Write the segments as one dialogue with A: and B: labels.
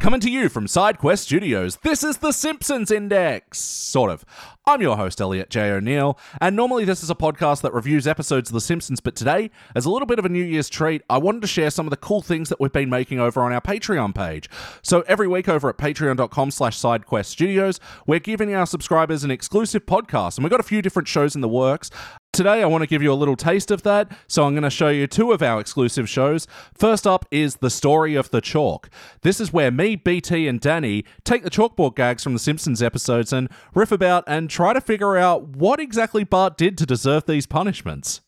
A: Coming to you from SideQuest Studios, this is The Simpsons Index! Sort of. I'm your host, Elliot J. O'Neill, and normally this is a podcast that reviews episodes of The Simpsons, but today, as a little bit of a New Year's treat, I wanted to share some of the cool things that we've been making over on our Patreon page. So every week over at patreon.com slash SideQuest Studios, we're giving our subscribers an exclusive podcast, and we've got a few different shows in the works. Today, I want to give you a little taste of that, so I'm going to show you two of our exclusive shows. First up is The Story of the Chalk. This is where me, BT, and Danny take the chalkboard gags from The Simpsons episodes and riff about and try to figure out what exactly Bart did to deserve these punishments.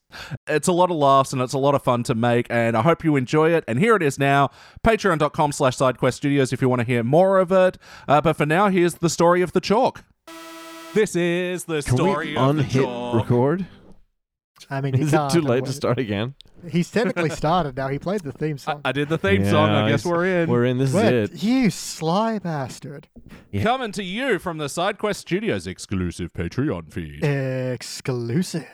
A: It's a lot of laughs and it's a lot of fun to make, and I hope you enjoy it. And here it is now, patreon.com slash sidequest studios if you want to hear more of it. Uh, but for now, here's The Story of the Chalk. This is The
B: Can
A: Story
B: we
A: of the
B: unhit
A: Chalk.
B: record?
C: I mean, you
B: Is it
C: can't
B: too late to
C: avoid-
B: start again?
C: He's technically started now. He played the theme
A: I,
C: song.
A: I did the theme
B: Yeah,
A: song. I guess
B: it's-
A: we're in.
B: We're in. This
C: Wait,
B: is it.
C: You sly bastard!
B: yeah.
A: Coming to you from the SideQuest Studios exclusive Patreon feed.
C: Exclusive.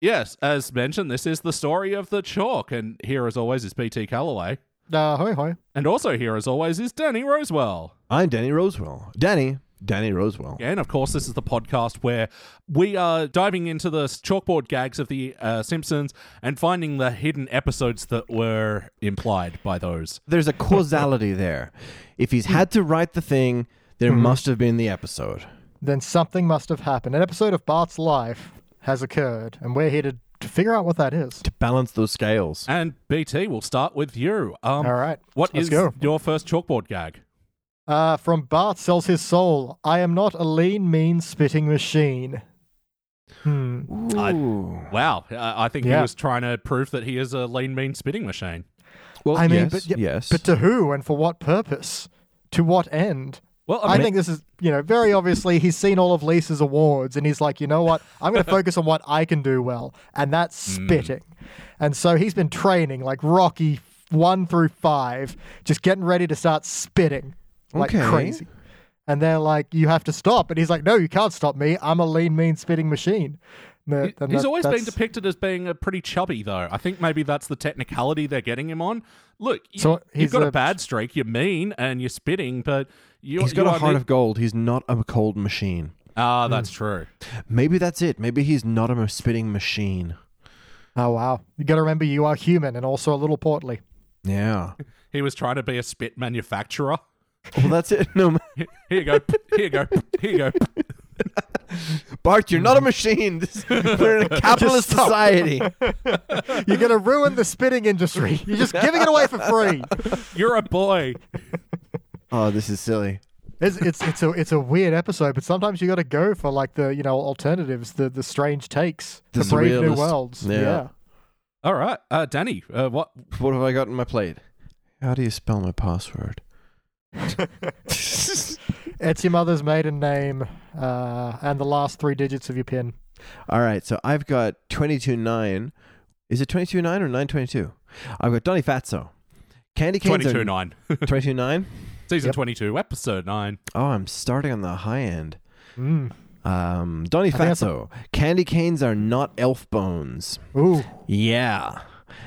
A: yes, as mentioned, this is the story of the chalk, and here, as always, is BT Calloway,
C: Uh, hoy hoy.
A: and also here, as always, is Danny Rosewell.
B: I'm Danny Rosewell. Danny. Danny Rosewell.
A: And of course, this is the podcast where we are diving into the chalkboard gags of the uh, Simpsons and finding the hidden episodes that were implied by those.
B: There's a causality there. If he's had to write the thing, there must have been the episode.
C: Then something must have happened. An episode of Bart's life has occurred, and we're here to, to figure out what that is.
B: To balance those scales.
A: And BT, we'll start with you. Um,
C: All right,
A: what
C: let's
A: is
C: go.
A: your first chalkboard gag?
C: Uh, from Bart sells his soul. I am not a lean, mean, spitting machine. Hmm.
A: I-
B: Ooh.
A: Wow, Uh, I I think he
C: Yeah.
A: was trying to prove that he is a lean, mean spitting machine.
B: Well,
C: I mean,
B: yes,
C: but- yeah,
B: yes.
C: But to who and for what purpose? To what end?
A: Well, I,
C: I
A: mean,
C: think this is, you know, very obviously he's seen all of Lisa's awards and he's like, you know what? I'm going to focus on what I can do well, and that's
A: Hmm.
C: spitting. And so he's been training like Rocky 1 through 5, just getting ready to start spitting like
B: Okay.
C: crazy. And they're like, you have to stop. And he's like, no, you can't stop me. I'm a lean, mean spitting machine. And that- and
A: he's
C: that-
A: always been
C: that's-
A: depicted as being a pretty chubby, though. I think maybe that's the technicality they're getting him on. Look, you,
C: So
A: you've
C: he's
A: got a,
C: a-
A: bad streak. You're mean and you're spitting, but you,
B: he's got
A: you
B: a
A: are
B: heart
A: the-
B: of gold. He's not a cold machine.
C: Hmm.
A: Ah, that's true.
B: Maybe that's it. Maybe he's not a spitting machine.
C: Oh, wow. You got to remember you are human and also a little portly.
B: Yeah.
A: He was trying to be a spit manufacturer.
B: Well, that's it. No,
A: Here you go. here you go. Here you go.
B: Bart, you're not a machine. This, we're in a capitalist
C: stop.
B: society.
C: You're going to ruin the spitting industry. You're just giving it away for free.
A: You're a boy.
B: Oh, this is silly.
C: It's it's it's a it's a weird episode, but sometimes you got to go for like the you know alternatives, the the strange takes,
B: The
C: the, brave new
B: surrealist.
C: worlds.
B: Yeah.
C: Yeah.
A: All right, uh, Danny. Uh, what?
B: What have I got in my plate? How do you spell my password?
C: it's your mother's maiden name, uh, and the last three digits of your pin.
B: All right, so I've got 22.9. Is it 22.9 or 922? I've got Donny Fatso. Candy canes
A: Twenty-two nine.
B: are 22.9.
A: Season
C: Yep.
A: twenty-two, episode nine.
B: Oh, I'm starting on the high end.
C: Mm.
B: Um, Donny
C: think that's a-
B: Fatso. Candy canes are not elf bones.
C: Ooh,
B: Yeah.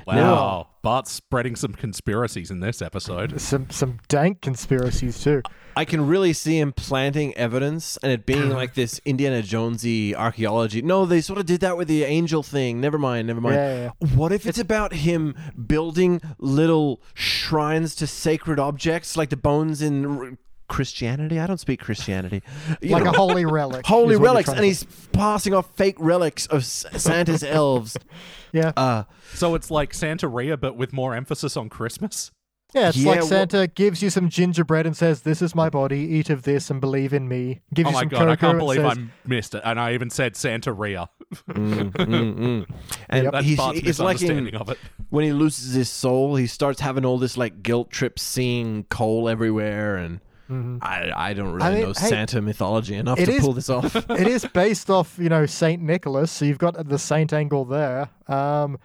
A: Wow,
B: Now-
A: Bart's spreading some conspiracies in this episode.
C: some some dank conspiracies too.
B: I can really see him planting evidence and it being like this Indiana Jonesy archaeology. No, they sort of did that with the angel thing. Never mind, never mind.
C: Yeah, yeah,
B: What if it's about him building little shrines to sacred objects like the bones in r- Christianity? I don't speak Christianity. You
C: Like
B: know,
C: a holy relic.
B: holy
C: is what you're
B: relics,
C: trying
B: and
C: to-
B: he's passing off fake relics of S- Santa's elves.
C: yeah,
B: Uh,
A: So it's like Santeria, but with more emphasis on Christmas.
C: yeah. It's
B: yeah,
C: like
B: wha-
C: Santa gives you some gingerbread and says, "This is my body. Eat of this and believe in me." Gives
A: Oh
C: you
A: my
C: some
A: god, I can't
C: cocoa and
A: believe
C: says,
A: I missed it. And I even said Santeria.
B: mm, mm, mm. And
A: That's
B: he's,
A: Bart's
B: it's like in,
A: misunderstanding of it.
B: when he loses his soul, he starts having all this like guilt trip, seeing coal everywhere, and I Mm-hmm. I don't really
C: I mean,
B: know
C: hey,
B: Santa mythology enough
C: it
B: to
C: is-
B: pull this off.
C: it is based off, you know, Saint Nicholas, so you've got the saint angle there. Um,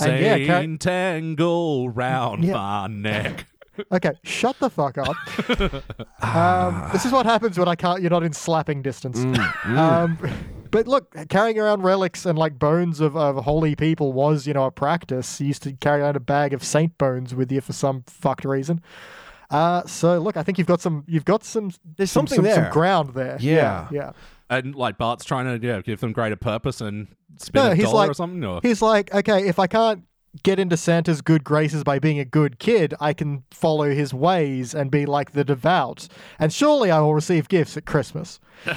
C: and yeah,
A: Saint
C: ca-
A: tangle round
C: Yeah.
A: my neck.
C: okay, shut the fuck up. um, this is what happens when I can't. You're not in slapping distance.
B: Mm,
C: Um, but look, carrying around relics and like bones of, of holy people was, you know, a practice. You used to carry around a bag of saint bones with you for some fucked reason. Uh, so look, I think you've got some. You've got some.
B: There's
C: some,
B: something
C: some, some
B: there.
C: ground there.
B: Yeah.
C: yeah.
A: And like Bart's trying to yeah, give them greater purpose and spend
C: No,
A: a
C: he's
A: dollar
C: like
A: or something. Or,
C: he's like, okay, if I can't get into Santa's good graces by being a good kid, I can follow his ways and be like the devout, and surely I will receive gifts at Christmas.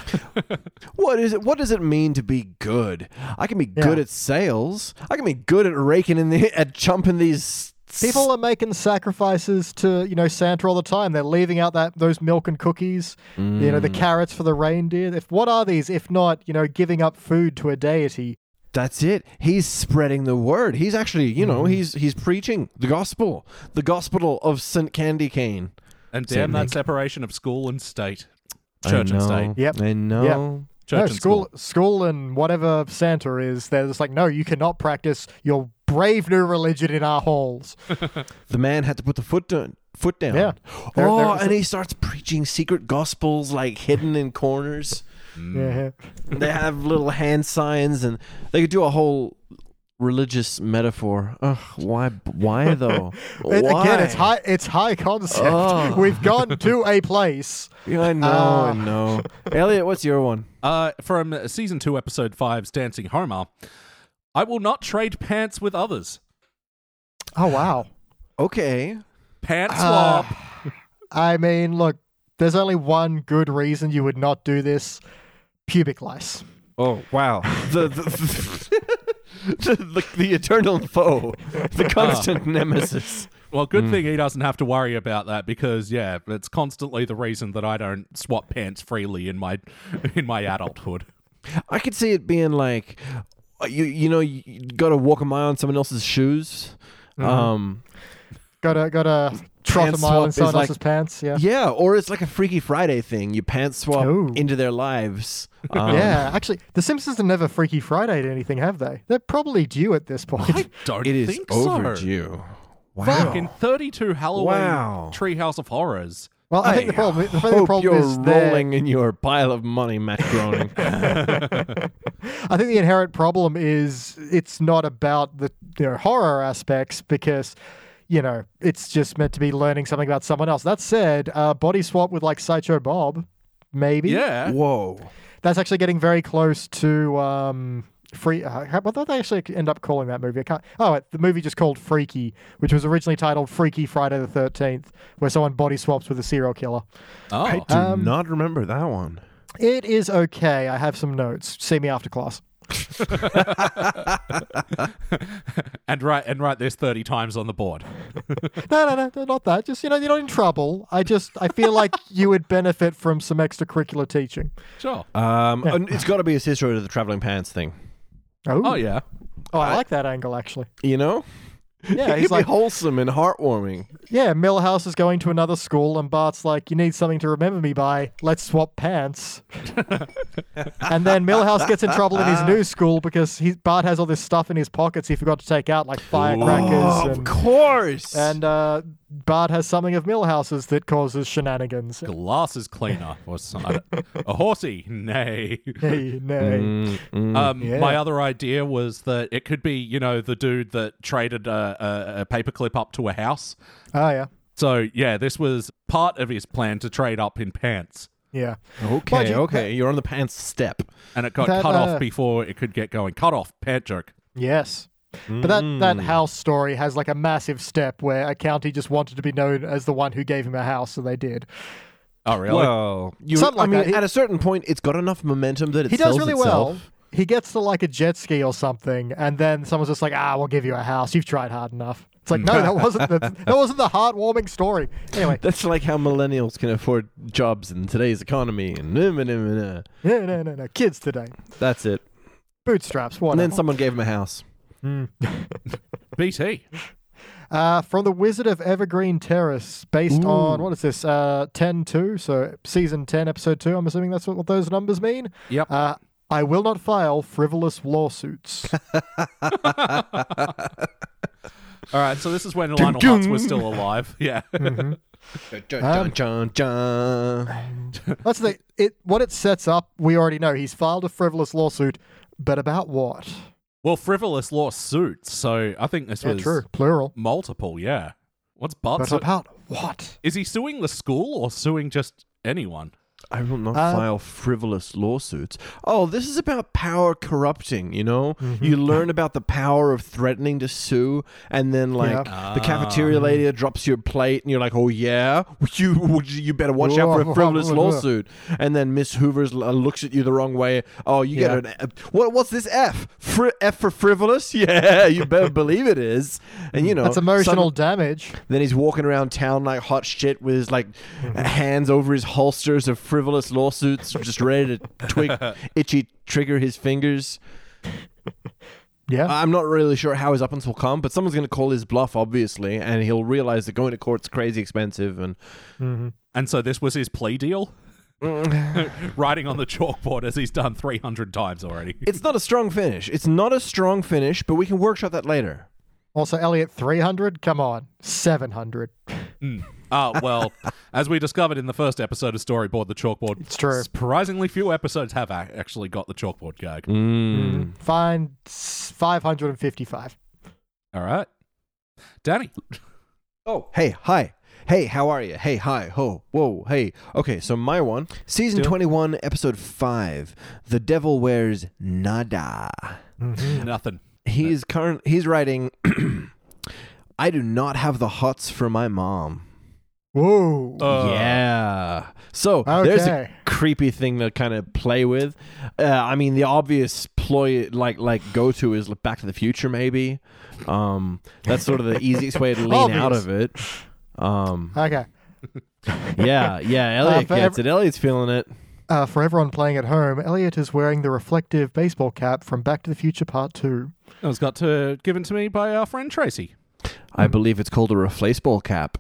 B: What is it? What does it mean to be good? I can be good
C: Yeah.
B: at sales. I can be good at raking in the at jumping these s-
C: People are making sacrifices to you know Santa all the time. They're leaving out that those milk and cookies, you
A: Mm.
C: know, the carrots for the reindeer. If what are these if not you know giving up food to a deity?
B: That's it. He's spreading the word. He's actually, you know, he's he's preaching the gospel, the gospel of Saint Candy Cane.
A: and damn that
B: Nick.
A: separation of school and state, church and state,
C: Yep.
B: I know.
A: church
C: no,
A: and
C: school, school and whatever Santa is, they're just like, no, you cannot practice your brave new religion in our halls.
B: The man had to put the foot down. Foot down.
C: Yeah. There-
B: oh,
C: there was
B: and
C: a-
B: he starts preaching secret gospels like hidden in corners.
A: Mm.
C: yeah.
B: they have little hand signs, and they could do a whole religious metaphor. Ugh, why? Why though?
C: It-
B: why? Oh.
C: Again, it's high. It's high concept.
B: Ugh.
C: We've gone to a place.
B: Yeah, I know, I
C: Ah.
B: know. Elliot, what's your one?
A: Uh, from uh, season two, episode five's Dancing Homer. I will not trade pants with others.
C: Oh wow.
B: Okay.
A: Pant
C: Ah.
A: swap.
C: I mean, look. There's only one good reason you would not do this: pubic lice.
B: Oh wow. the the, the, the the eternal foe, the constant nemesis.
A: well,
B: Hmm.
A: good thing he doesn't have to worry about that because yeah, it's constantly the reason that I don't swap pants freely in my in my adulthood.
B: I could see it being like, uh, you you know, you, got to walk a mile in someone else's shoes.
C: Mm-hmm.
B: Um,
C: Gotta gotta trot
B: Pants
C: a mile
B: swap
C: in
B: is
C: someone
B: like-
C: else's pants. Yeah.
B: yeah, or it's like a Freaky Friday thing. You pants swap
C: Ooh.
B: into their lives. Um,
C: yeah, actually, The Simpsons have never Freaky Fridayed anything, have they? They're probably due at this point.
A: Don't
B: it is
A: think so.
B: overdue. Wow.
A: Fucking thirty-two Halloween
B: Wow.
A: Treehouse of Horrors.
C: Well, I, think the problem, the problem
B: hope you're
C: is they're-
B: rolling in your pile of money, Matt Groening.
C: I think the inherent problem is it's not about the you know, horror aspects because, you know, it's just meant to be learning something about someone else. That said, uh, body swap with like Sideshow Bob, maybe.
A: Yeah.
B: Whoa.
C: That's actually getting very close to um, Free. Uh, how- what did they actually end up calling that movie? I can't, oh, it, the movie just called Freaky, which was originally titled Freaky Friday the 13th, where someone body swaps with a serial killer.
A: Oh.
B: I do
C: Um,
B: not remember that one.
C: It is okay. I have some notes. See me after class.
A: and write and write this thirty times on the board.
C: No, no, no, not that. Just you know, you're not in trouble. I just I feel like you would benefit from some extracurricular teaching.
A: Sure.
B: Um, and it's got to be a sister to the traveling pants thing.
A: oh yeah.
C: Oh, I like that angle actually.
B: You know,
C: Yeah,
B: it'd
C: he's
B: be
C: like,
B: wholesome and heartwarming.
C: yeah, Millhouse is going to another school, and Bart's like, you need something to remember me by. Let's swap pants. and then Millhouse gets in trouble in his new school because he, Bart has all this stuff in his pockets he forgot to take out, like firecrackers.
B: Oh, of
C: and,
B: course.
C: um, and uh, Bart has something of Millhouse's that causes shenanigans.
A: Glasses cleaner or something. a horsey? Nay.
B: Hmm.
C: Hey, nay.
B: Mm.
A: Um,
C: Yeah.
A: My other idea was that it could be, you know, the dude that traded a, a, a paperclip up to a house.
C: Oh, yeah.
A: So yeah, this was part of his plan to trade up in pants,
C: Yeah.
B: okay,
C: you-
B: okay, you're on the pants step.
A: and it got
C: That,
A: cut
C: uh,
A: off before it could get going. Cut off pant joke.
C: Yes. But that,
B: Hmm.
C: that house story has like a massive step where a county just wanted to be known as the one who gave him a house, so they did.
A: Oh really?
B: Well, you,
C: Something
B: I
C: like
B: mean,
C: that. He-
B: at a certain point, it's got enough momentum that it
C: He does
B: sells
C: really
B: itself.
C: well. He gets to like a jet ski or something, and then someone's just like, "Ah, we'll give you a house. You've tried hard enough." It's like, no, that wasn't the, that wasn't the heartwarming story. Anyway,
B: That's like how millennials can afford jobs in today's economy. And nah, nah, nah, nah, nah.
C: no, no, no, no, kids today,
B: that's it.
C: bootstraps,
B: And
C: whatever.
B: then someone gave him a house.
A: BT.
C: Uh, from the Wizard of Evergreen Terrace, based on what is this? Uh, ten two, so season ten, episode two. I'm assuming that's what, what those numbers mean.
A: Yep.
C: Uh, I will not file frivolous lawsuits.
A: All right. So this is when Lionel Hutz was still alive. Yeah.
B: Dun, dun, dun.
C: That's the it. What it sets up, we already know. He's filed a frivolous lawsuit, but about what?
A: well, frivolous lawsuits. So I think this
C: Yeah,
A: was
C: true, plural.
A: multiple. Yeah. What's
C: But
A: Bart's?
C: about What?
A: Is he suing the school or suing just anyone?
B: I will not
C: Uh,
B: file frivolous lawsuits. Oh, this is about power corrupting, you know?
C: Mm-hmm.
B: You learn about the power of threatening to sue, and then, like, the cafeteria lady drops your plate, and you're like, oh, yeah? You, you better watch out for a frivolous lawsuit. And then Miss Hoover's l- uh, looks at you the wrong way. Oh, you
C: Yeah.
B: get an. What, what's this F? Fri F for frivolous? Yeah, you better believe it is. And, you know.
C: Mm. That's
B: some-
C: emotional damage.
B: then he's walking around town like hot shit with his like hands over his holsters of frivolous lawsuits, just ready to twig, itchy trigger his fingers.
C: Yeah.
B: I'm not really sure how his uppance will come, but someone's going to call his bluff, obviously, and he'll realize that going to court's crazy expensive. And
A: And so this was his plea deal? Writing on the chalkboard as he's done 300 times already.
B: it's not a strong finish. It's not a strong finish, but we can workshop that later.
C: also, Elliot, 300? Come on. 700.
A: Uh, well, as we discovered in the first episode of Storyboard, the chalkboard. It's
C: true.
A: Surprisingly few episodes have ac- actually got the chalkboard gag.
C: Mm.
B: Mm-hmm. Hmm.
C: Fine. s- 555.
A: All right. Danny.
B: Oh, hey, hi. Hey, how are you? Hey, hi, ho, whoa, hey. Okay, so my one, season 21, episode 5, The Devil Wears Nada.
A: Mm-hmm. Nothing.
B: He's current. He's writing. I do not have the hots for my mom.
C: Whoa.
A: Uh,
B: yeah. So there's a
C: Okay.
B: creepy thing to kind of play with. Uh, I mean, the obvious ploy, like like go to, is Back to the Future. Maybe um, that's sort of the easiest way to lean out
C: Obvious.
B: of it. Um,
C: okay.
B: yeah, yeah. Elliot
C: Uh, for
B: gets
C: ev-
B: it. Elliot's feeling it.
C: Uh, for everyone playing at home, Elliot is wearing the reflective baseball cap from Back to the Future Part 2.
A: It was got to given to me by our friend Tracy.
C: Hmm.
B: I believe it's called a replaceable cap.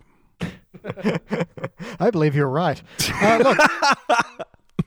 C: I believe you're right. Uh, look,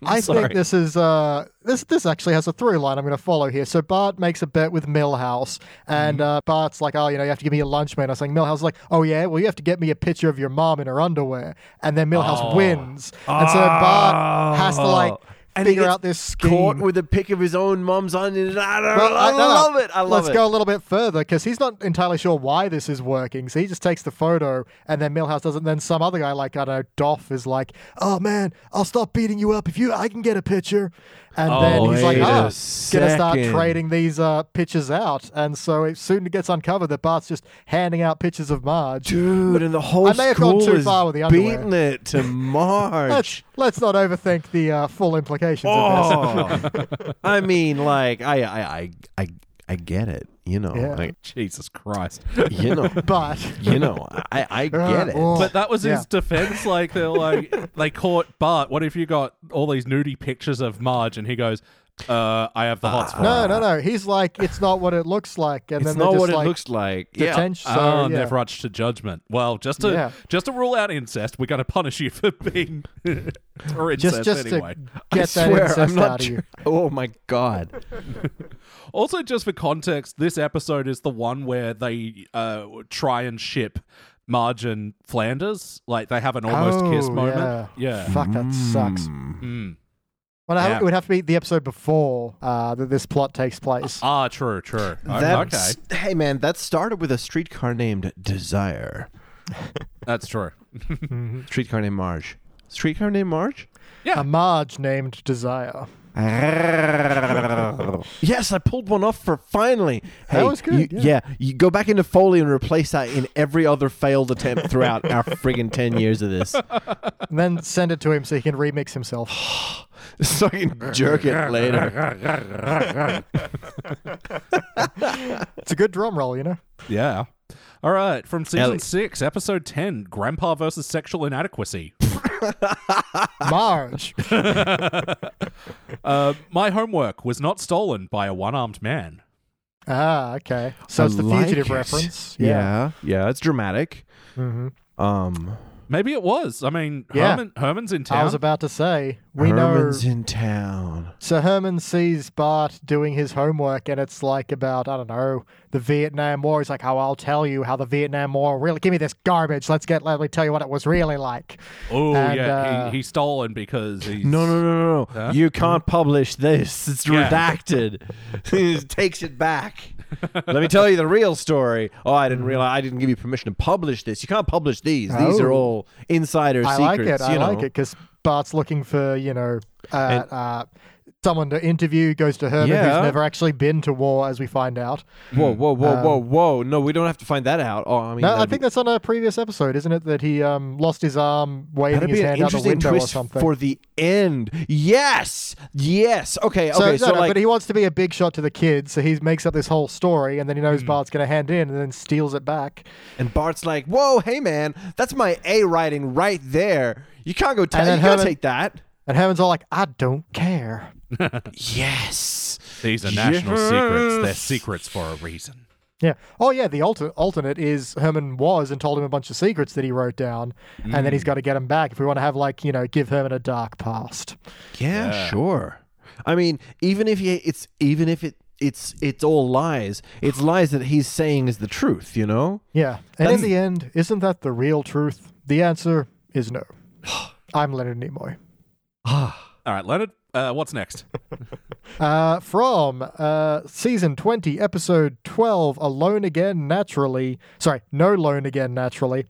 C: I
B: Sorry.
C: think this is uh, this this actually has a through line I'm going to follow here. So Bart makes a bet with Millhouse, and
B: Mm-hmm.
C: uh, Bart's like, "Oh, you know, you have to give me a lunch, man." I was like, Millhouse is like, "Oh yeah, well, you have to get me a picture of your mom in her underwear," and then Millhouse
B: Oh.
C: wins, and so Bart has to like
B: he
C: figure
B: gets
C: out this scheme.
B: Caught with a pic of his own mum's onion. I, don't,
C: Well,
B: I
C: no, no.
B: love it. I love
C: Let's
B: it.
C: go a little bit further because he's not entirely sure why this is working. So he just takes the photo, and then Millhouse doesn't. Then some other guy, like I don't know, Doff, is like, "Oh man, I'll stop beating you up if you I can get a picture." And
A: Oh,
C: then he's like,
A: wait a
C: "Ah, gonna start
B: second.
C: trading these uh, pictures out." And so it soon gets uncovered that Bart's just handing out pictures of Marge.
B: Dude, and the whole
C: I may have
B: school
C: gone too
B: is
C: far with the underwear.
B: beating it to
C: Let's
B: March.
C: let's not overthink the uh, full implications of this.
B: oh, I mean, like, I, I, I, I, I get it. You know,
C: Yeah.
B: like,
A: Jesus Christ.
B: you know,
C: But
B: you know, I, I get it.
C: oh.
A: But that was
C: Yeah.
A: his defense. Like they're like they caught Bart. What if you got all these nudie pictures of Marge? And he goes, uh, "I have the hots for."
C: no,
A: it."
C: no, no. He's like, it's not what it looks like, and
B: It's
C: then they're
B: not
C: just
B: what
C: like,
B: it looks like. Yeah.
C: detention. so,
A: oh, and
C: yeah.
A: they've rushed to judgment. Well, just to
C: Yeah.
A: just to rule out incest, we're going to punish you for being or incest
C: just just
A: anyway.
C: to get
B: I
C: that
B: swear,
C: incest
B: I'm not
C: out of you.
B: tr- Oh my god.
A: Also, just for context, this episode is the one where they uh, try and ship Marge and Flanders. Like they have an almost
C: Oh,
A: kiss moment.
C: yeah.
A: Yeah.
C: Fuck, that sucks.
B: Mm.
A: Mm.
C: Well, I
A: Yeah.
C: it would have to be the episode before uh, that this plot takes place.
A: Ah, true, true. Oh, okay,
B: That's, Hey man, that started with a streetcar named Desire.
A: that's true.
B: Streetcar named Marge. Streetcar named Marge?
A: Yeah.
C: A Marge named Desire.
B: yes, I pulled one off for finally. Hey,
C: was good,
B: you-
C: yeah.
B: you go back into Foley and replace that in every other failed attempt throughout our friggin' ten years of this,
C: And then send it to him so he can remix himself.
B: so I can jerk it later.
C: It's a good drum roll, you know?
A: Yeah. All right, from season
B: Ellie.
A: six, episode ten, Grandpa versus sexual inadequacy.
C: Marge.
A: Uh, my homework was not stolen by a one-armed man.
C: ah, okay. So
B: I
C: it's the
B: like
C: fugitive
B: it.
C: reference.
B: Yeah. yeah, it's dramatic.
C: Mhm.
B: Um,
A: Maybe it was. I mean,
C: Yeah.
A: Herman, Herman's in
C: I
A: town.
C: was about to say, we
B: Herman's
C: know.
B: in town.
C: So Herman sees Bart doing his homework, and it's like about, I don't know, the Vietnam War. He's like, oh, I'll tell you how the Vietnam War really. Give me this garbage. Let's get, let me tell you what it was really like.
A: oh
C: and,
A: yeah,
C: uh,
A: he, he's stolen because he's
B: No, no, no, no, no.
A: Huh?
B: You can't publish this. It's
A: Yeah.
B: redacted. he takes it back. Let me tell you the real story. Oh, I didn't realize I didn't give you permission to publish this. You can't publish these. These are
C: Oh.
B: all insider
C: I like
B: secrets.
C: it. I
B: you know.
C: like it because Bart's looking for you know uh, uh, someone to interview. Goes to Herman,
B: Yeah.
C: who's never actually been to war, as we find out.
B: Whoa, whoa, whoa, whoa, whoa! No, we don't have to find that out. Oh, I mean,
C: Um, No, I
B: that'd be-
C: think that's on a previous episode, isn't it? That he um, lost his arm waving
B: That'd
C: his
B: be an
C: hand out the
B: interesting
C: window or
B: twist
C: something.
B: for the end. Yes, yes. Okay,
C: so,
B: okay.
C: no,
B: So,
C: no,
B: like,
C: but he wants to be a big shot to the kids, so he makes up this whole story, and then he knows
B: Hmm.
C: Bart's going to hand in, and then steals it back.
B: and Bart's like, "Whoa, hey man, that's my A writing right there. You can't go. Tell
C: And
B: you
C: then
B: can't
C: Herman-
B: take that."
C: And Herman's all like, "I don't care."
B: Yes.
A: These are national secrets. They're
B: Yes.
A: secrets for a reason.
C: Yeah. Oh, yeah. The alter- alternate is Herman was and told him a bunch of secrets that he wrote down, and then he's
B: Hmm.
C: got to get them back if we want to have like you know give Herman a dark past.
B: Yeah, sure. I mean, even if he, it's even if it it's it's all lies. It's lies that he's saying is the truth. You know.
C: Yeah. And
B: That's-
C: in the end, isn't that the real truth? The answer is no. I'm Leonard Nimoy.
A: All right, Leonard, uh, what's next?
C: Uh, from uh, season 20, episode 12, Alone Again Naturally. Sorry, No Loan Again Naturally.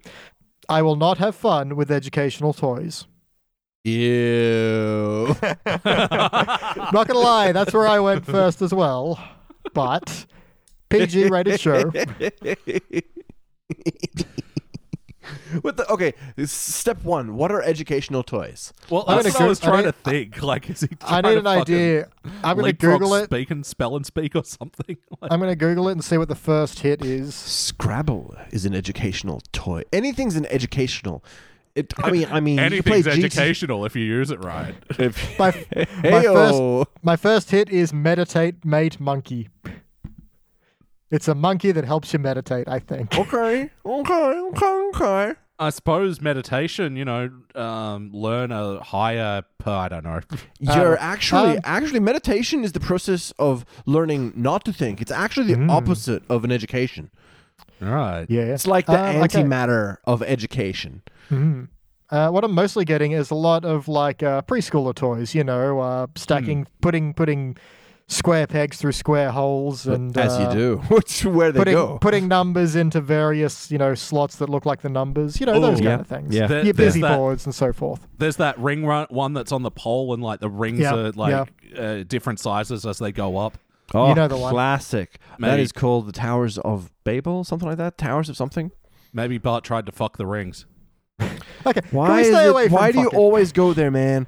C: I will not have fun with educational toys.
B: Ew.
A: Ah.
C: Not gonna lie, that's where I went first as well. But PG rated show.
B: What the? Okay, s- step one. What are educational toys?
A: Well,
C: I'm
A: that's what
C: gonna
A: I
C: go-
A: was
C: I
A: trying to
C: need-
A: think. Like, is he?
C: I
A: trying
C: need
A: to
C: an
A: fucking
C: idea. I'm gonna
A: leapfrog
C: Google it.
A: Speak and spell and speak or something. Like,
C: I'm gonna Google it and see what the first hit is.
B: Scrabble is an educational toy. Anything's an educational. It, I mean, I mean, you play
A: anything's
B: GT
A: educational if you use it right.
B: If,
C: My, my
B: Heyo.
C: first my first hit is meditate mate monkey. It's a monkey that helps you meditate, I think.
B: okay, okay, okay, okay.
A: I suppose meditation. You know, um, learn a higher. Per, I don't know.
B: You're actually
C: um,
B: actually meditation is the process of learning not to think. It's actually
C: Hmm.
B: the opposite of an education.
A: All right.
C: Yeah.
B: It's Uh, like Mm-hmm. the
C: Um, okay.
B: antimatter of education.
C: Uh, what I'm mostly getting is a lot of like uh, preschooler toys, you know, uh, stacking,
B: Mm.
C: putting, putting square pegs through square holes, and
B: As you
C: uh,
B: do, which where they
C: putting
B: go.
C: putting numbers into various, you know, slots that look like the numbers, you know,
A: Ooh.
C: those kind
B: Yeah.
C: of things.
B: Yeah.
A: There-
C: Your
A: there's
C: busy
A: that-
C: boards and so forth.
A: There's that ring run, one that's on the pole, and like the rings
C: Yeah,
A: are like uh, different sizes as they go up.
B: Oh,
C: You know the one.
B: classic. That
A: Mate.
B: is called the Towers of Babel, something like that. Towers of something.
A: Maybe Bart tried to fuck the rings.
C: Okay, can
B: Why
C: we
B: is
C: stay
B: it-
C: away from
B: Why do you
C: fucking-
B: always go there, man?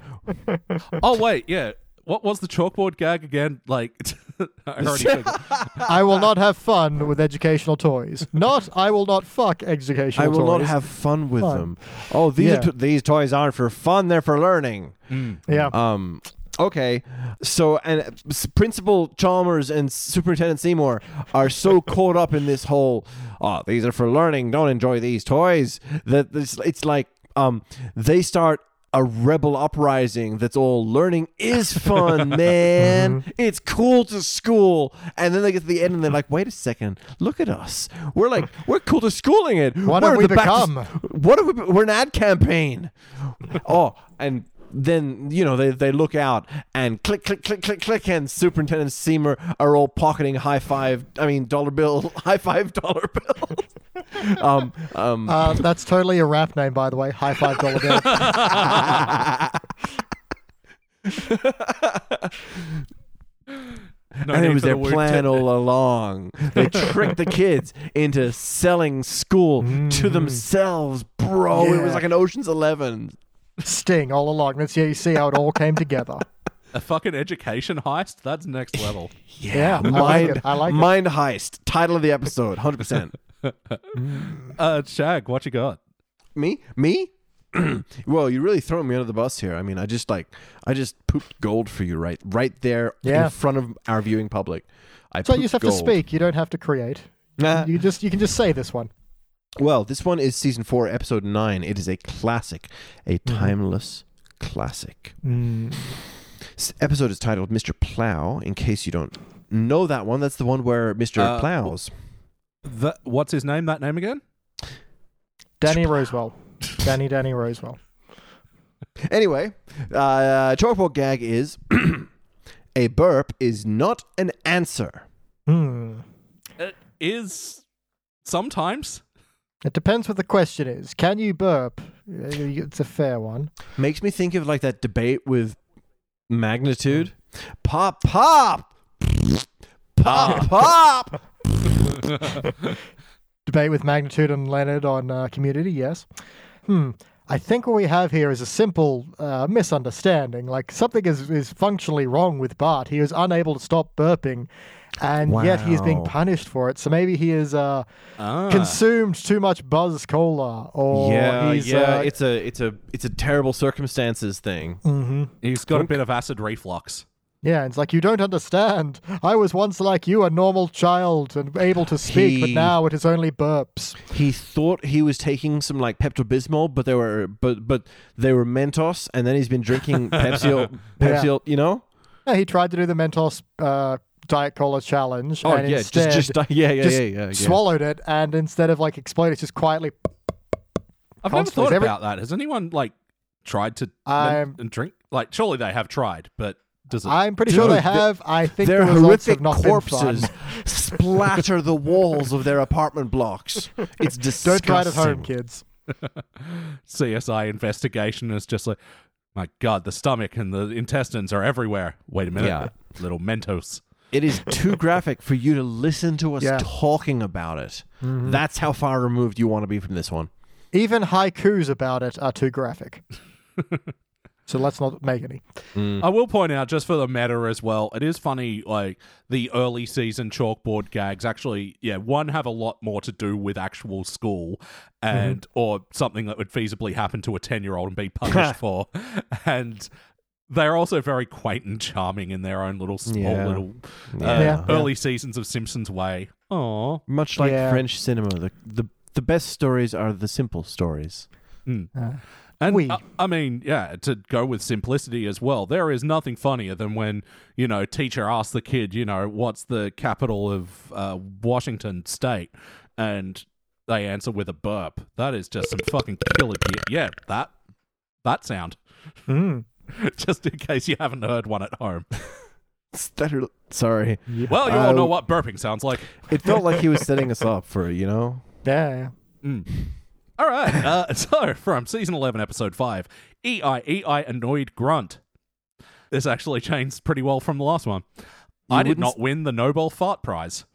A: Oh wait, yeah. What was the chalkboard gag again? Like, I already forgot.
C: I will not have fun with educational toys. Not I will not fuck educational
B: I will not
C: toys.
B: have fun with
C: Fun.
B: them. Oh, these
C: Yeah.
B: are to these toys aren't for fun; they're for learning.
A: Mm.
C: Yeah.
B: Um. Okay, so and uh, s- Principal Chalmers and Superintendent Seymour are so caught up in this whole, oh, these are for learning. Don't enjoy these toys. That this, it's like um, they start a rebel uprising. That's all learning is fun, man.
C: Mm-hmm.
B: It's cool to school, and then they get to the end and they're like, wait a second, look at us. We're like we're cool to schooling it.
C: What
B: We're
C: have we
B: the back to-
C: become?
B: what are we? We're an ad campaign. oh, and then you know they, they look out and click click click click click and Superintendent Seymour are all pocketing high five. I mean dollar bill high five dollar bill. um um.
C: Uh, that's totally a rap name, by the way. High five dollar bill.
A: No
B: and it
A: need for
B: was
A: the
B: their
A: word
B: plan
A: te-
B: all along. They tricked the kids into selling school to themselves, bro. It was
C: Mm. Yeah.
B: like an Ocean's Eleven.
C: Sting all along. That's yeah. You see how it all came together.
A: a fucking education heist. That's next level.
C: Yeah, I like it. I like it.
B: mind heist. Title of the episode, hundred percent.
A: Uh, Shag, what you got?
B: Me? Me? well, you're really throwing me under the bus here. I mean, I just like I just pooped gold for you right right there
C: Yeah.
B: in front of our viewing public. I
C: So you
B: pooped
C: just have
B: gold. Uh,
C: to speak. You don't have to create.
B: Nah.
C: You just you can just say this one.
B: well, this one is season 4, episode 9. It is a classic, a
C: Mm-hmm.
B: timeless classic. mm. This episode is titled Mr. Plow in case you don't know that one. That's the one where Mr.
A: Uh,
B: Plows
A: The, what's his name? That name again?
C: Danny Rosewell. Danny Danny Rosewell.
B: Anyway, uh, chalkboard gag is a burp is not an answer.
C: Hmm.
A: Uh, is sometimes.
C: It depends what the question is. Can you burp? It's a fair one.
B: Makes me think of like that debate with magnitude. Pop, pop, pop, pop.
C: Debate with Magnitude and Leonard on uh, Community, yes. Hmm. I think what we have here is a simple uh, misunderstanding. Like something is, is functionally wrong with Bart. He is unable to stop burping, and yet he is being
B: Wow.
C: punished for it. So maybe he is uh,
A: Ah.
C: consumed too much Buzz Cola, or
B: yeah,
C: he's,
B: yeah.
C: uh,
B: it's a, it's a, it's a terrible circumstances thing.
A: He's got a bit of acid reflux.
C: mm-hmm. yeah. It's like you don't understand. I was once like you, a normal child and able to speak, but
B: He-
C: now it is only burps.
B: He thought he was taking some like Pepto Bismol, but they were, but, but they were Mentos, and then he's been drinking Pepsi, or- Pepsi,
C: Yeah.
B: or- you know.
C: Yeah, he tried to do the Mentos uh, Diet Cola challenge,
B: Oh
C: and
B: yeah,
C: instead
B: just, just, yeah, yeah,
C: just
B: yeah, yeah, yeah.
C: swallowed it, and instead of like exploding, it's just quietly.
A: I've
C: Constantly.
A: never thought
C: Every-
A: about that. Has anyone like tried to
C: I'm-
A: and drink? Like, surely they have tried, but does it?
C: I'm pretty sure
B: Dude,
C: they have. I think
B: Their
C: the results
B: horrific
C: have not
B: corpses
C: Been fun.
B: splatter the walls of their apartment blocks. It's disgusting.
C: Don't try it at home, kids.
A: CSI investigation is just like, my God, the stomach and the intestines are everywhere. Wait a minute,
B: Yeah.
A: little Mentos.
B: It is too graphic for you to listen to us
C: Yeah. Mm-hmm.
B: talking about it. That's how far removed you want to be from this one.
C: Even haikus about it are too graphic. so let's not make any.
A: I will point out, just for the matter as well, it is funny. Like the early season chalkboard gags, actually, yeah, one have a lot more to do with actual school and
C: Mm-hmm.
A: or something that would feasibly happen to a ten year old and be punished for, and. They're also very quaint and charming in their own little small
B: Yeah.
A: little uh,
C: Yeah.
A: early seasons of Simpsons way. Aww.
B: Much like
C: Yeah.
B: French cinema, the, the the best stories are the simple stories.
C: Uh,
A: And
C: We-
A: I, I mean, yeah, to go with simplicity as well, there is nothing funnier than when, you know, teacher asks the kid, you know, what's the capital of uh, Washington state? And they answer with a burp. That is just some fucking killer shit. Yeah, that that sound.
B: Hmm.
C: mm.
A: just in case you haven't heard one at home.
B: Stutter- Sorry,
A: Well, you all
B: Uh,
A: know what burping sounds like.
B: it felt like he was setting us up for you know.
C: Yeah, yeah.
A: Mm. All right. Uh, so, from season 11, episode E 5, EI, EI Annoyed Grunt. This actually changed pretty well from the last one. I did
B: wouldn't
A: not win the Nobel Fart Prize.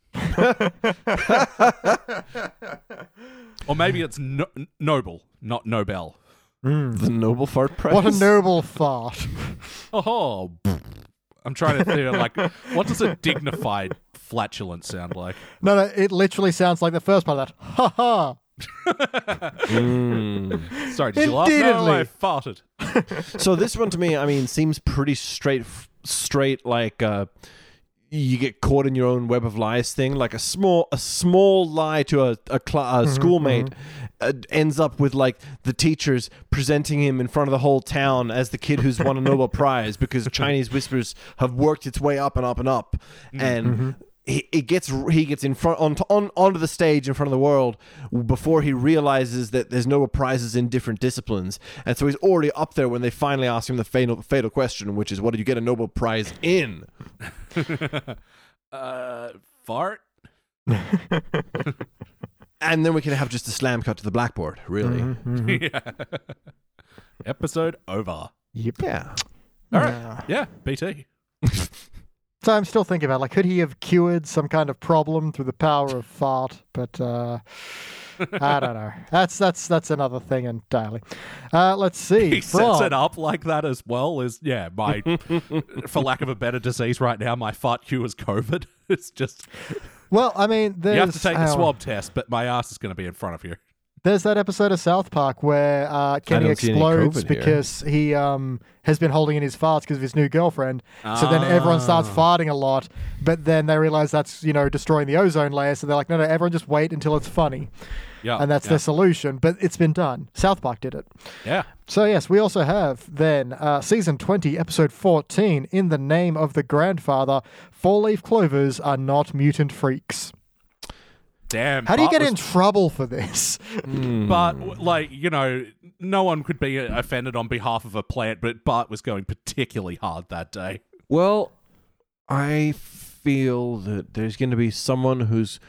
A: or maybe it's no- Noble, not Nobel.
B: The Nobel Fart Prize.
C: Hmm. What a noble fart.
A: Oh, I'm trying to think, like, what does a dignified flatulence sound like?
C: No, no, it literally sounds like the first part of that. Ha ha.
B: Mm.
A: Sorry, did you laugh? No, I
C: Indeedly.
A: farted.
B: so this one to me, I mean, seems pretty straight, straight like uh, you get caught in your own web of lies thing. Like a small, a small lie to a, a, cla a schoolmate uh, ends up with like the teachers presenting him in front of the whole town as the kid who's won a Nobel Prize because Chinese whispers have worked its way up and up and up, and. He, it gets he gets in front on, on onto the stage in front of the world before he realizes that there's Nobel prizes in different disciplines, and so he's already up there when they finally ask him the fatal fatal question, which is, "What did you get a Nobel Prize in?"
A: Uh, fart?
B: And then we can have just a slam cut to the blackboard. Really?
C: Mm-hmm.
A: yeah. Episode over.
C: Yep.
B: Yeah.
A: All right. Yeah, BT.
C: So I'm still thinking about like could he have cured some kind of problem through the power of fart? But uh, I don't know. That's that's that's another thing entirely. Uh, let's see.
A: He sets
C: From-
A: it up like that as well as yeah, my for lack of a better disease right now, my fart cue is COVID. It's just
C: Well, I mean, there's
A: you have to take
C: hang
A: the
C: on.
A: swab test, but my ass is going to be in front of you.
C: There's that episode of South Park where uh, Kenny
B: don't see any
C: explodes
B: COVID here.
C: because he um, has been holding in his farts because of his new girlfriend. So then
B: Ah.
C: everyone starts farting a lot, but then they realize that's you know destroying the ozone layer. So they're like, no, no, everyone just wait until it's funny,
A: Yeah,
C: and that's
A: yeah,
C: their solution. But it's been done. South Park did it.
A: yeah.
C: So yes, we also have then uh, season twenty, episode fourteen. In the name of the grandfather, four-leaf clovers are not mutant freaks.
A: Damn.
C: How do you
A: Bart
C: get
A: was-
C: in trouble for this?
A: Bart, w- like you know, no one could be uh, offended on behalf of a plant, but Bart was going particularly hard that day.
B: Well, I feel that there's going to be someone who's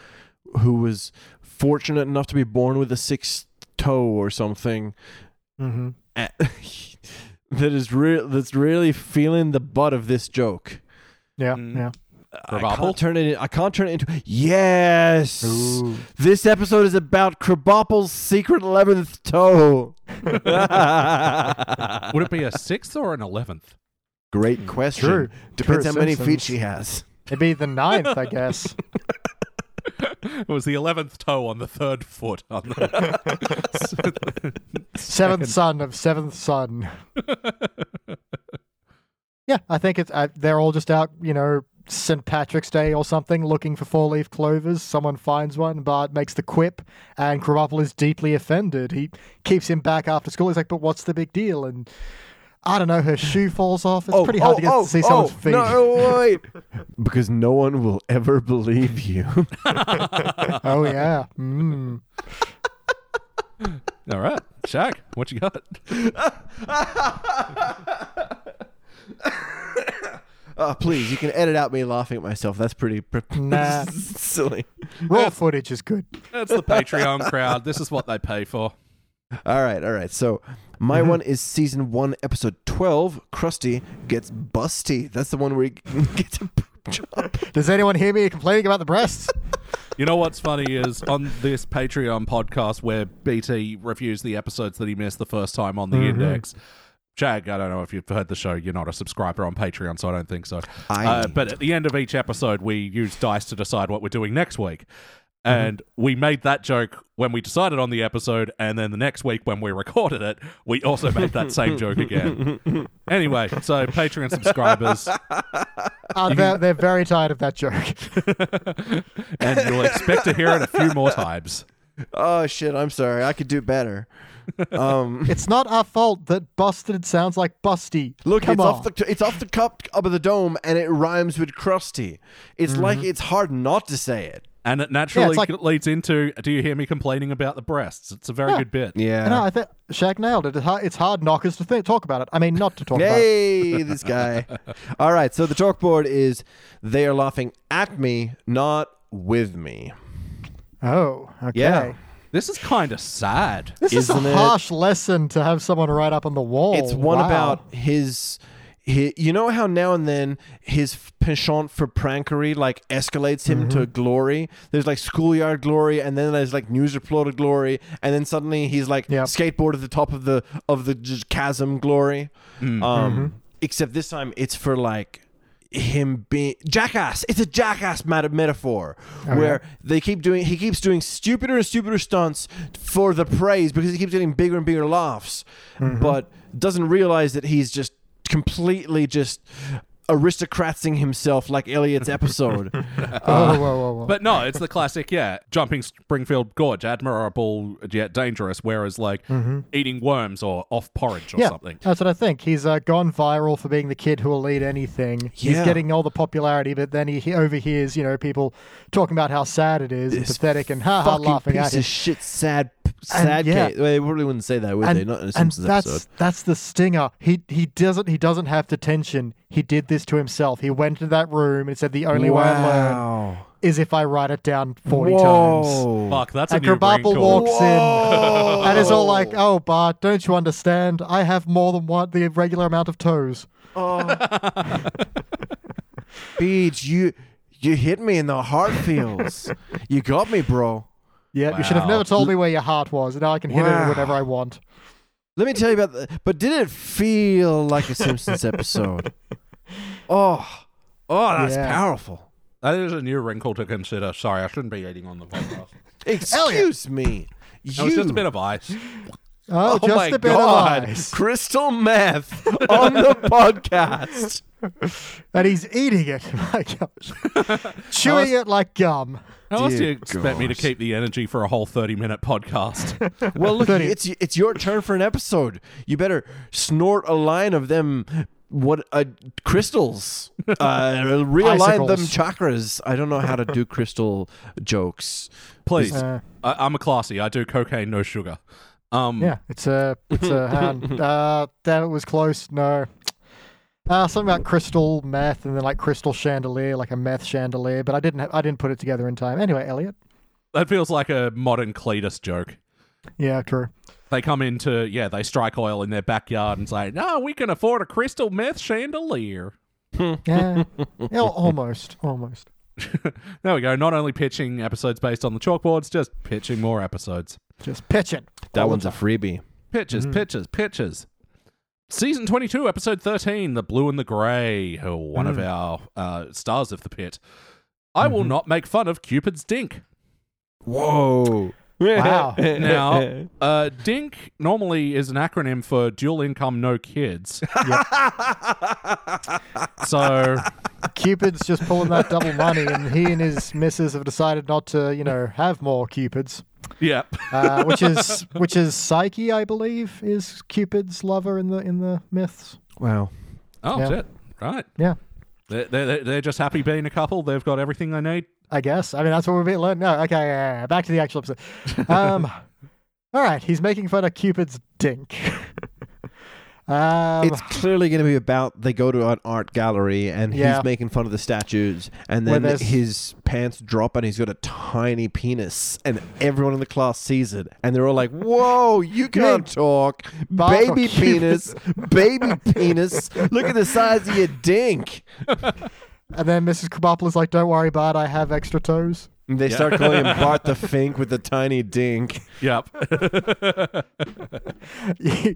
B: who was fortunate enough to be born with a sixth toe or something
C: Mm-hmm.
B: a- that is real that's really feeling the butt of this joke.
C: Yeah,
A: Mm.
C: yeah.
B: I
A: Krabappel?
B: can't turn it. In, I can't turn it into. Yes,
C: Ooh.
B: this episode is about Krabappel's secret eleventh toe.
A: Would it be a sixth or an eleventh?
B: Great question.
C: True.
B: Depends
C: True
B: how many
C: Simpsons.
B: feet she has.
C: It'd be the ninth, I guess.
A: It was the eleventh toe on the third foot. On the...
C: Seventh son of seventh son. yeah, I think it's uh, they're all just out, you know, St. Patrick's Day or something, looking for four leaf clovers. Someone finds one, Bart makes the quip, and Krabappel is deeply offended. He keeps him back after school. He's like, "But what's the big deal?" And I don't know, her shoe falls off. It's
B: Oh,
C: pretty hard to get to see someone's feet.
B: No, wait. because no one will ever believe you.
C: Oh yeah. Mm.
A: All right, Shaq, what you got?
B: Oh, please, you can edit out me laughing at myself. That's pretty, pretty
C: Nah.
B: silly.
C: Raw footage is good.
A: That's the Patreon crowd. This is what they pay for.
B: All right, all right. So my
C: Mm-hmm.
B: one is season one, episode twelve. Krusty gets busty. That's the one where he gets a poop job.
C: Does anyone hear me complaining about the breasts?
A: You know what's funny is on this Patreon podcast where BT reviews the episodes that he missed the first time on the index. Shaq, I don't know if you've heard the show. You're not a subscriber on Patreon, so I don't think so.
B: I-
A: Uh, but at the end of each episode, we use dice to decide what we're doing next week. And we made that joke when we decided on the episode, and then the next week when we recorded it, we also made that same joke again. Anyway, so Patreon subscribers,
C: Uh, they're, they're very tired of that joke.
A: and you'll expect to hear it a few more times.
B: Oh shit! I'm sorry. I could do better. Um,
C: It's not our fault that busted sounds like busty.
B: look,
C: Come
B: it's
C: on.
B: off the it's off the cup up of the dome, and it rhymes with crusty. It's
C: Mm-hmm.
B: like it's hard not to say it.
A: And it naturally
C: like-
A: leads into Do you hear me complaining about the breasts? It's a very
C: Yeah.
A: good bit.
B: Yeah.
C: No, I think Shaq nailed it. It's hard, it's hard knockers to th- talk about it. I mean, not to talk about it.
B: Hey, this guy. All right, so the chalkboard is they are laughing at me, not with me.
C: Oh, okay.
B: Yeah.
A: This is kind of sad.
C: This is
B: Isn't
C: a
B: it-
C: harsh lesson to have someone write up on the wall.
B: It's one
C: Wow.
B: about his, hi You know how now and then his f- penchant for prankery like escalates him to
C: Mm-hmm.
B: glory. There's like schoolyard glory, and then there's like news reporter glory, and then suddenly he's like
C: Yep.
B: skateboard at the top of the of the j- chasm glory. Um,
C: Mm-hmm.
B: Except this time it's for like him being jackass. It's a jackass meta- metaphor
C: Oh,
B: where they keep doing. He keeps doing stupider and stupider stunts for the praise because he keeps getting bigger and bigger laughs,
C: Mm-hmm.
B: but doesn't realize that he's just completely just aristocratzing himself like Elliot's episode.
C: Oh,
B: uh,
C: whoa, whoa, whoa.
A: But no, it's the classic, yeah, jumping Springfield Gorge, admirable yet dangerous, whereas like eating worms or off porridge or
C: Mm-hmm. yeah,
A: something.
C: that's what I think. He's uh, gone viral for being the kid who will lead anything. He's
B: Yeah.
C: getting all the popularity, but then he, he overhears, you know, people talking about how sad it is, and
B: This
C: pathetic, and ha ha
B: Fucking
C: laughing
B: piece
C: at
B: of
C: him.
B: shit, sad, sad
C: yeah.
B: case. Well, they probably wouldn't say that, would they? Not in a Simpsons
C: that's
B: episode.
C: that's the stinger. He he doesn't he doesn't have detention. He did this to himself. He went into that room and said the only way I learn
B: Wow.
C: is if I write it down forty times.
B: Whoa.
A: Fuck, that's
C: And
A: a new brain
C: Krabappel
A: call.
C: walks in and is all like, "Oh, Bart, don't you understand? I have more than one the regular amount of toes."
B: Beach, you you hit me in the heart feels. you got me, bro.
C: Yeah, you should have
A: Wow.
C: never told me where your heart was. Now I can hit it
B: Wow.
C: whenever I want.
B: Let me tell you about the but did it feel like a Simpsons episode? Oh. Oh, that's
C: Yeah.
B: powerful.
A: That is a new wrinkle to consider. Sorry, I shouldn't be eating on the podcast.
B: Excuse me.
A: It
B: You
A: was just a bit of ice.
C: Oh,
B: Oh
C: just
B: my
C: a bit
B: god.
C: of ice,
B: Crystal meth on the podcast.
C: and he's eating it. My gosh, chewing it like gum.
A: How else do
B: Dear
A: you expect me to
B: God.
A: keep the energy for a whole 30 minute podcast?
B: Well, look,
C: Thirty-
B: it's it's your turn for an episode. You better snort a line of them what uh, crystals. Uh, realign them
C: Icicles.
B: chakras. I don't know how to do crystal jokes.
A: Please.
C: Uh,
A: I- I'm a classy. I do cocaine, no sugar.
B: Hmm.
A: Um,
C: Yeah, it's a it's a hand. Uh, that was close. No, uh, something about crystal meth and then like crystal chandelier, like a meth chandelier. But I didn't ha- I didn't put it together in time. Anyway, Elliot,
A: That feels like a modern Cletus joke.
C: Yeah, true.
A: They come into, yeah, they strike oil in their backyard and say, no, we can afford a crystal meth chandelier.
C: Yeah, Yeah, almost, almost.
A: There we go. Not only pitching episodes based on the chalkboards, just pitching more episodes.
C: Just pitching.
B: That one's a freebie.
A: Pitches, pitches, pitches. Season 22, episode 13, The Blue and the Grey, who are one of our uh, stars of the pit. I will not make fun of Cupid's dink.
B: Whoa.
C: Wow.
A: Now, uh, dink normally is an acronym for dual income, no kids. so,
C: Cupid's just pulling that double money, and he and his missus have decided not to, you know, have more Cupids,
A: yeah.
C: uh, which is which is Psyche, I believe, is Cupid's lover in the in the myths.
B: Wow.
A: Oh,
C: Yeah.
A: shit. Right.
C: Yeah,
A: They're, they're, they're just happy being a couple. They've got everything they need.
C: I guess. I mean, that's what we've been learning. No, okay, yeah, yeah, yeah. back to the actual episode. Um, all right, he's making fun of Cupid's dink. um,
B: It's clearly going to be about they go to an art gallery and
C: Yeah.
B: he's making fun of the statues, and
C: Where
B: then
C: there's-
B: his pants drop and he's got a tiny penis, and everyone in the class sees it, and they're all like, "Whoa, you can't talk,
C: Barbara
B: baby
C: Cupid."
B: penis, baby penis! Look at the size of your dink!"
C: and then Mrs. Krabappel is like, "Don't worry, Bart, I have extra toes."
B: And they start calling him Bart the Fink with the tiny dink.
A: Yep.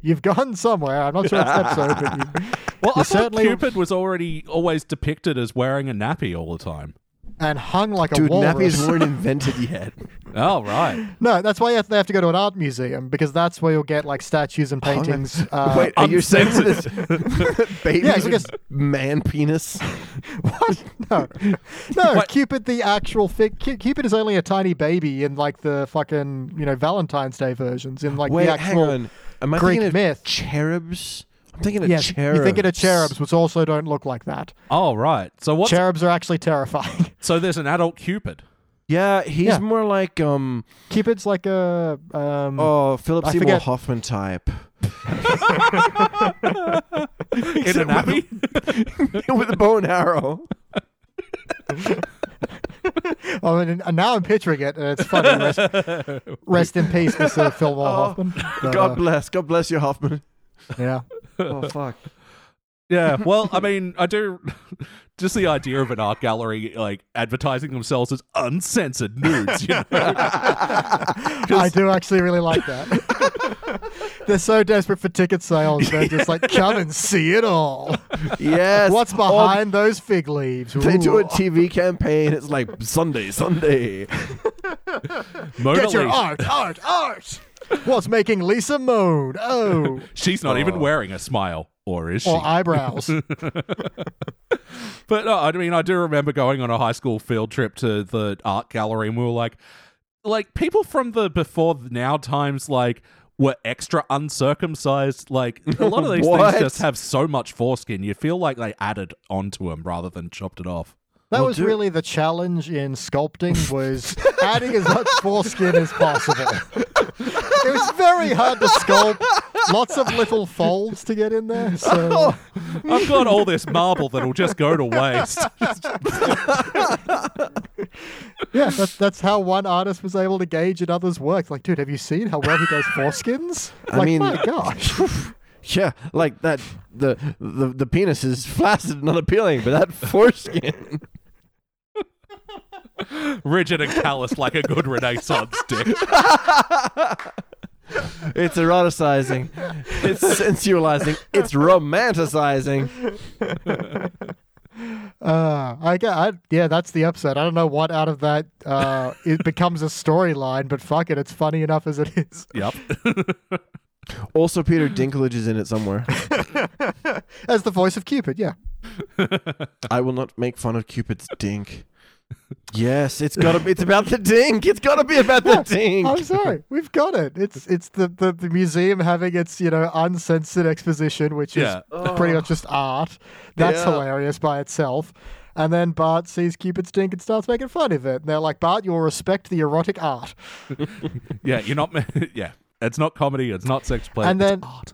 C: You've gone somewhere. I'm not sure it's that episode, but you,
A: Well, I
C: You
A: thought
C: certainly-
A: Cupid was already always depicted as wearing a nappy all the time.
C: and hung like a
B: Dude,
C: walrus.
B: nappies weren't invented yet.
A: Oh, right.
C: No, that's why you have- they have to go to an art museum because that's where you'll get like statues and paintings. Uh,
B: Wait, are you saying this
A: uncensored.
B: baby
C: Yeah, I guess-
B: man penis?
C: what? No, no.
A: What?
C: Cupid, the actual fig. Cu- Cupid is only a tiny baby in like the fucking you know Valentine's Day versions in like
B: Wait,
C: the actual.
B: hang on. Am I
C: Greek
B: thinking of
C: myth.
B: cherubs? I'm thinking of
C: Yes,
B: cherubs.
C: you think it of cherubs, which also don't look like that.
A: Oh, right. So what?
C: Cherubs are actually terrifying.
A: so there's an adult Cupid.
B: Yeah, he's
C: Yeah.
B: more like um
C: Cupid's like a um,
B: oh Philip
C: I
B: Seymour
C: forget.
B: Hoffman type
A: In a nappy?
B: with a bow and arrow.
C: Oh, and, and now I'm picturing it, and it's funny. Rest, rest in peace, Mr. Fillmore Hoffman. But,
B: Oh. God
C: uh,
B: bless, God bless you, Hoffman.
C: yeah.
B: Oh fuck.
A: Yeah. Well, I mean, I do. Just the idea of an art gallery like advertising themselves as uncensored nudes. You know?
C: I do actually really like that. they're so desperate for ticket sales, they're just like, come and see it all.
B: Yes.
C: What's
B: Or
C: behind those fig leaves?
B: They do a
C: Ooh.
B: TV campaign. It's like Sunday, Sunday.
A: Mona
C: Get your
A: Lisa-
C: art, art, art. What's making Lisa moan? Oh,
A: She's not even wearing a smile, or is she?
C: or eyebrows.
A: But no, I mean, I do remember going on a high school field trip to the art gallery, and we were like, like people from the before now times, like were extra uncircumcised. Like a lot of these
B: What?
A: things just have so much foreskin, you feel like they added onto them rather than chopped it off.
C: That
B: Well,
C: was
B: do-
C: really the challenge in sculpting was adding as much foreskin as possible. It was very hard to sculpt. Lots of little folds to get in there. So
A: I've got all this marble that'll just go to waste.
C: yeah, that's, that's how one artist was able to gauge another's work. Like, dude, have you seen how well he does foreskins?
B: I
C: like,
B: mean-
C: my gosh.
B: Yeah, like that. The the the penis is flaccid and unappealing, but that foreskin.
A: Rigid and callous like a good Renaissance dick.
B: It's eroticizing. It's sensualizing. It's romanticizing.
C: Uh, I, gue- I yeah, that's the episode. I don't know what out of that uh, it becomes a storyline, but fuck it, it's funny enough as it is.
A: Yep.
B: Also, Peter Dinklage is in it somewhere.
C: As the voice of Cupid, yeah.
B: I will not make fun of Cupid's dink. Yes, it's gotta. Be, it's about the dink. It's gotta be about the dink.
C: I'm sorry. We've got it. It's it's the, the, the museum having its, you know, uncensored exposition, which
A: Yeah.
C: is pretty much just art. That's
B: Yeah.
C: hilarious by itself. And then Bart sees Cupid's dink and starts making fun of it. And they're like, Bart, you'll respect the erotic art.
A: Yeah, you're not. Yeah, it's not comedy. It's not sex play.
C: And
A: it's
C: then-
A: art.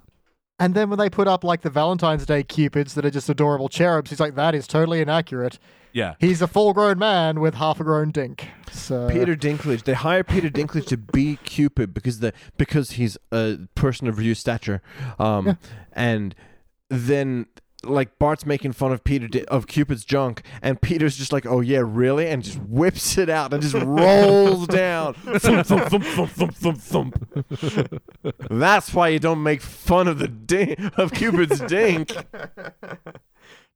C: And then when they put up like the Valentine's Day cupids that are just adorable cherubs, he's like, that is totally inaccurate.
A: Yeah.
C: He's a full grown man with half a grown dink. So
B: Peter Dinklage. They hire Peter Dinklage to be Cupid because the because he's a person of reduced stature, um, and then like Bart's making fun of Peter Di- of Cupid's junk, and Peter's just like, "Oh yeah, really?" and just whips it out and just rolls down. thump, thump, thump, thump, thump, thump, thump. That's why you don't make fun of the dink of Cupid's dink.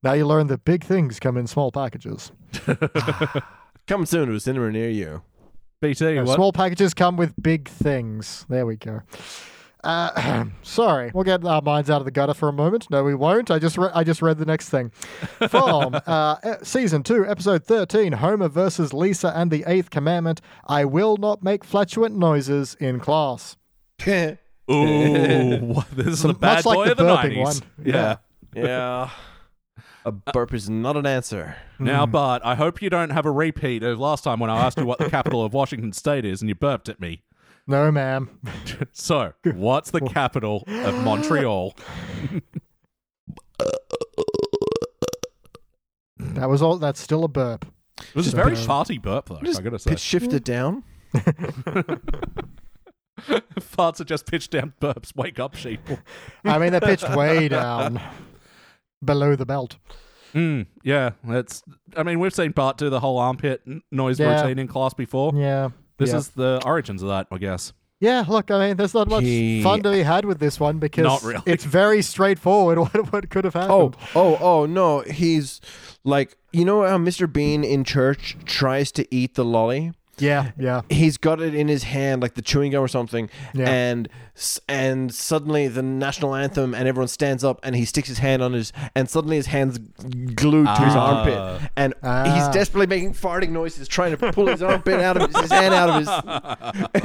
C: now you learn that big things come in small packages.
B: Coming soon to a cinema near you.
A: BT,
C: No,
A: what?
C: small packages come with big things. There we go. Uh, sorry, we'll get our minds out of the gutter for a moment. No, we won't. I just re- I just read the next thing from uh, e- season two, episode thirteen, Homer versus Lisa and the Eighth Commandment. I will not make flatulent noises in class.
A: Ooh, what- this is the bad
C: much like
A: boy
C: the
A: of the
C: burping
A: nineties.
C: one.
A: Yeah.
B: yeah. A burp is not an answer.
A: Now, Bart, I hope you don't have a repeat of last time when I asked you what the capital of Washington State is, and you burped at me.
C: No, ma'am.
A: So, what's the capital of Montreal?
C: That was all. That's still a burp.
A: It was a very farty burp, though. I gotta say,
B: pitch shifted down.
A: farts are just pitch down burps. Wake up, sheep.
C: I mean, they're pitched way down below the belt.
A: Mm, yeah, that's. I mean, we've seen Bart do the whole armpit n- noise
C: Yeah.
A: routine in class before.
C: Yeah.
A: This
C: yeah.
A: is the origins of that, I guess.
C: Yeah, look, I mean, there's not much
B: He-
C: fun to be had with this one because
A: Not really.
C: it's very straightforward what, what could have
B: Oh,
C: happened.
B: oh, oh no! He's like you know how Mr. Bean in church tries to eat the lolly.
C: Yeah, yeah.
B: He's got it in his hand, like the chewing gum or something,
C: Yeah.
B: and s- and suddenly the national anthem, and everyone stands up, and he sticks his hand on his, and suddenly his hand's glued to his
A: Ah.
B: armpit, and he's
C: Ah.
B: desperately making farting noises, trying to pull his armpit out of his, his hand out of his. And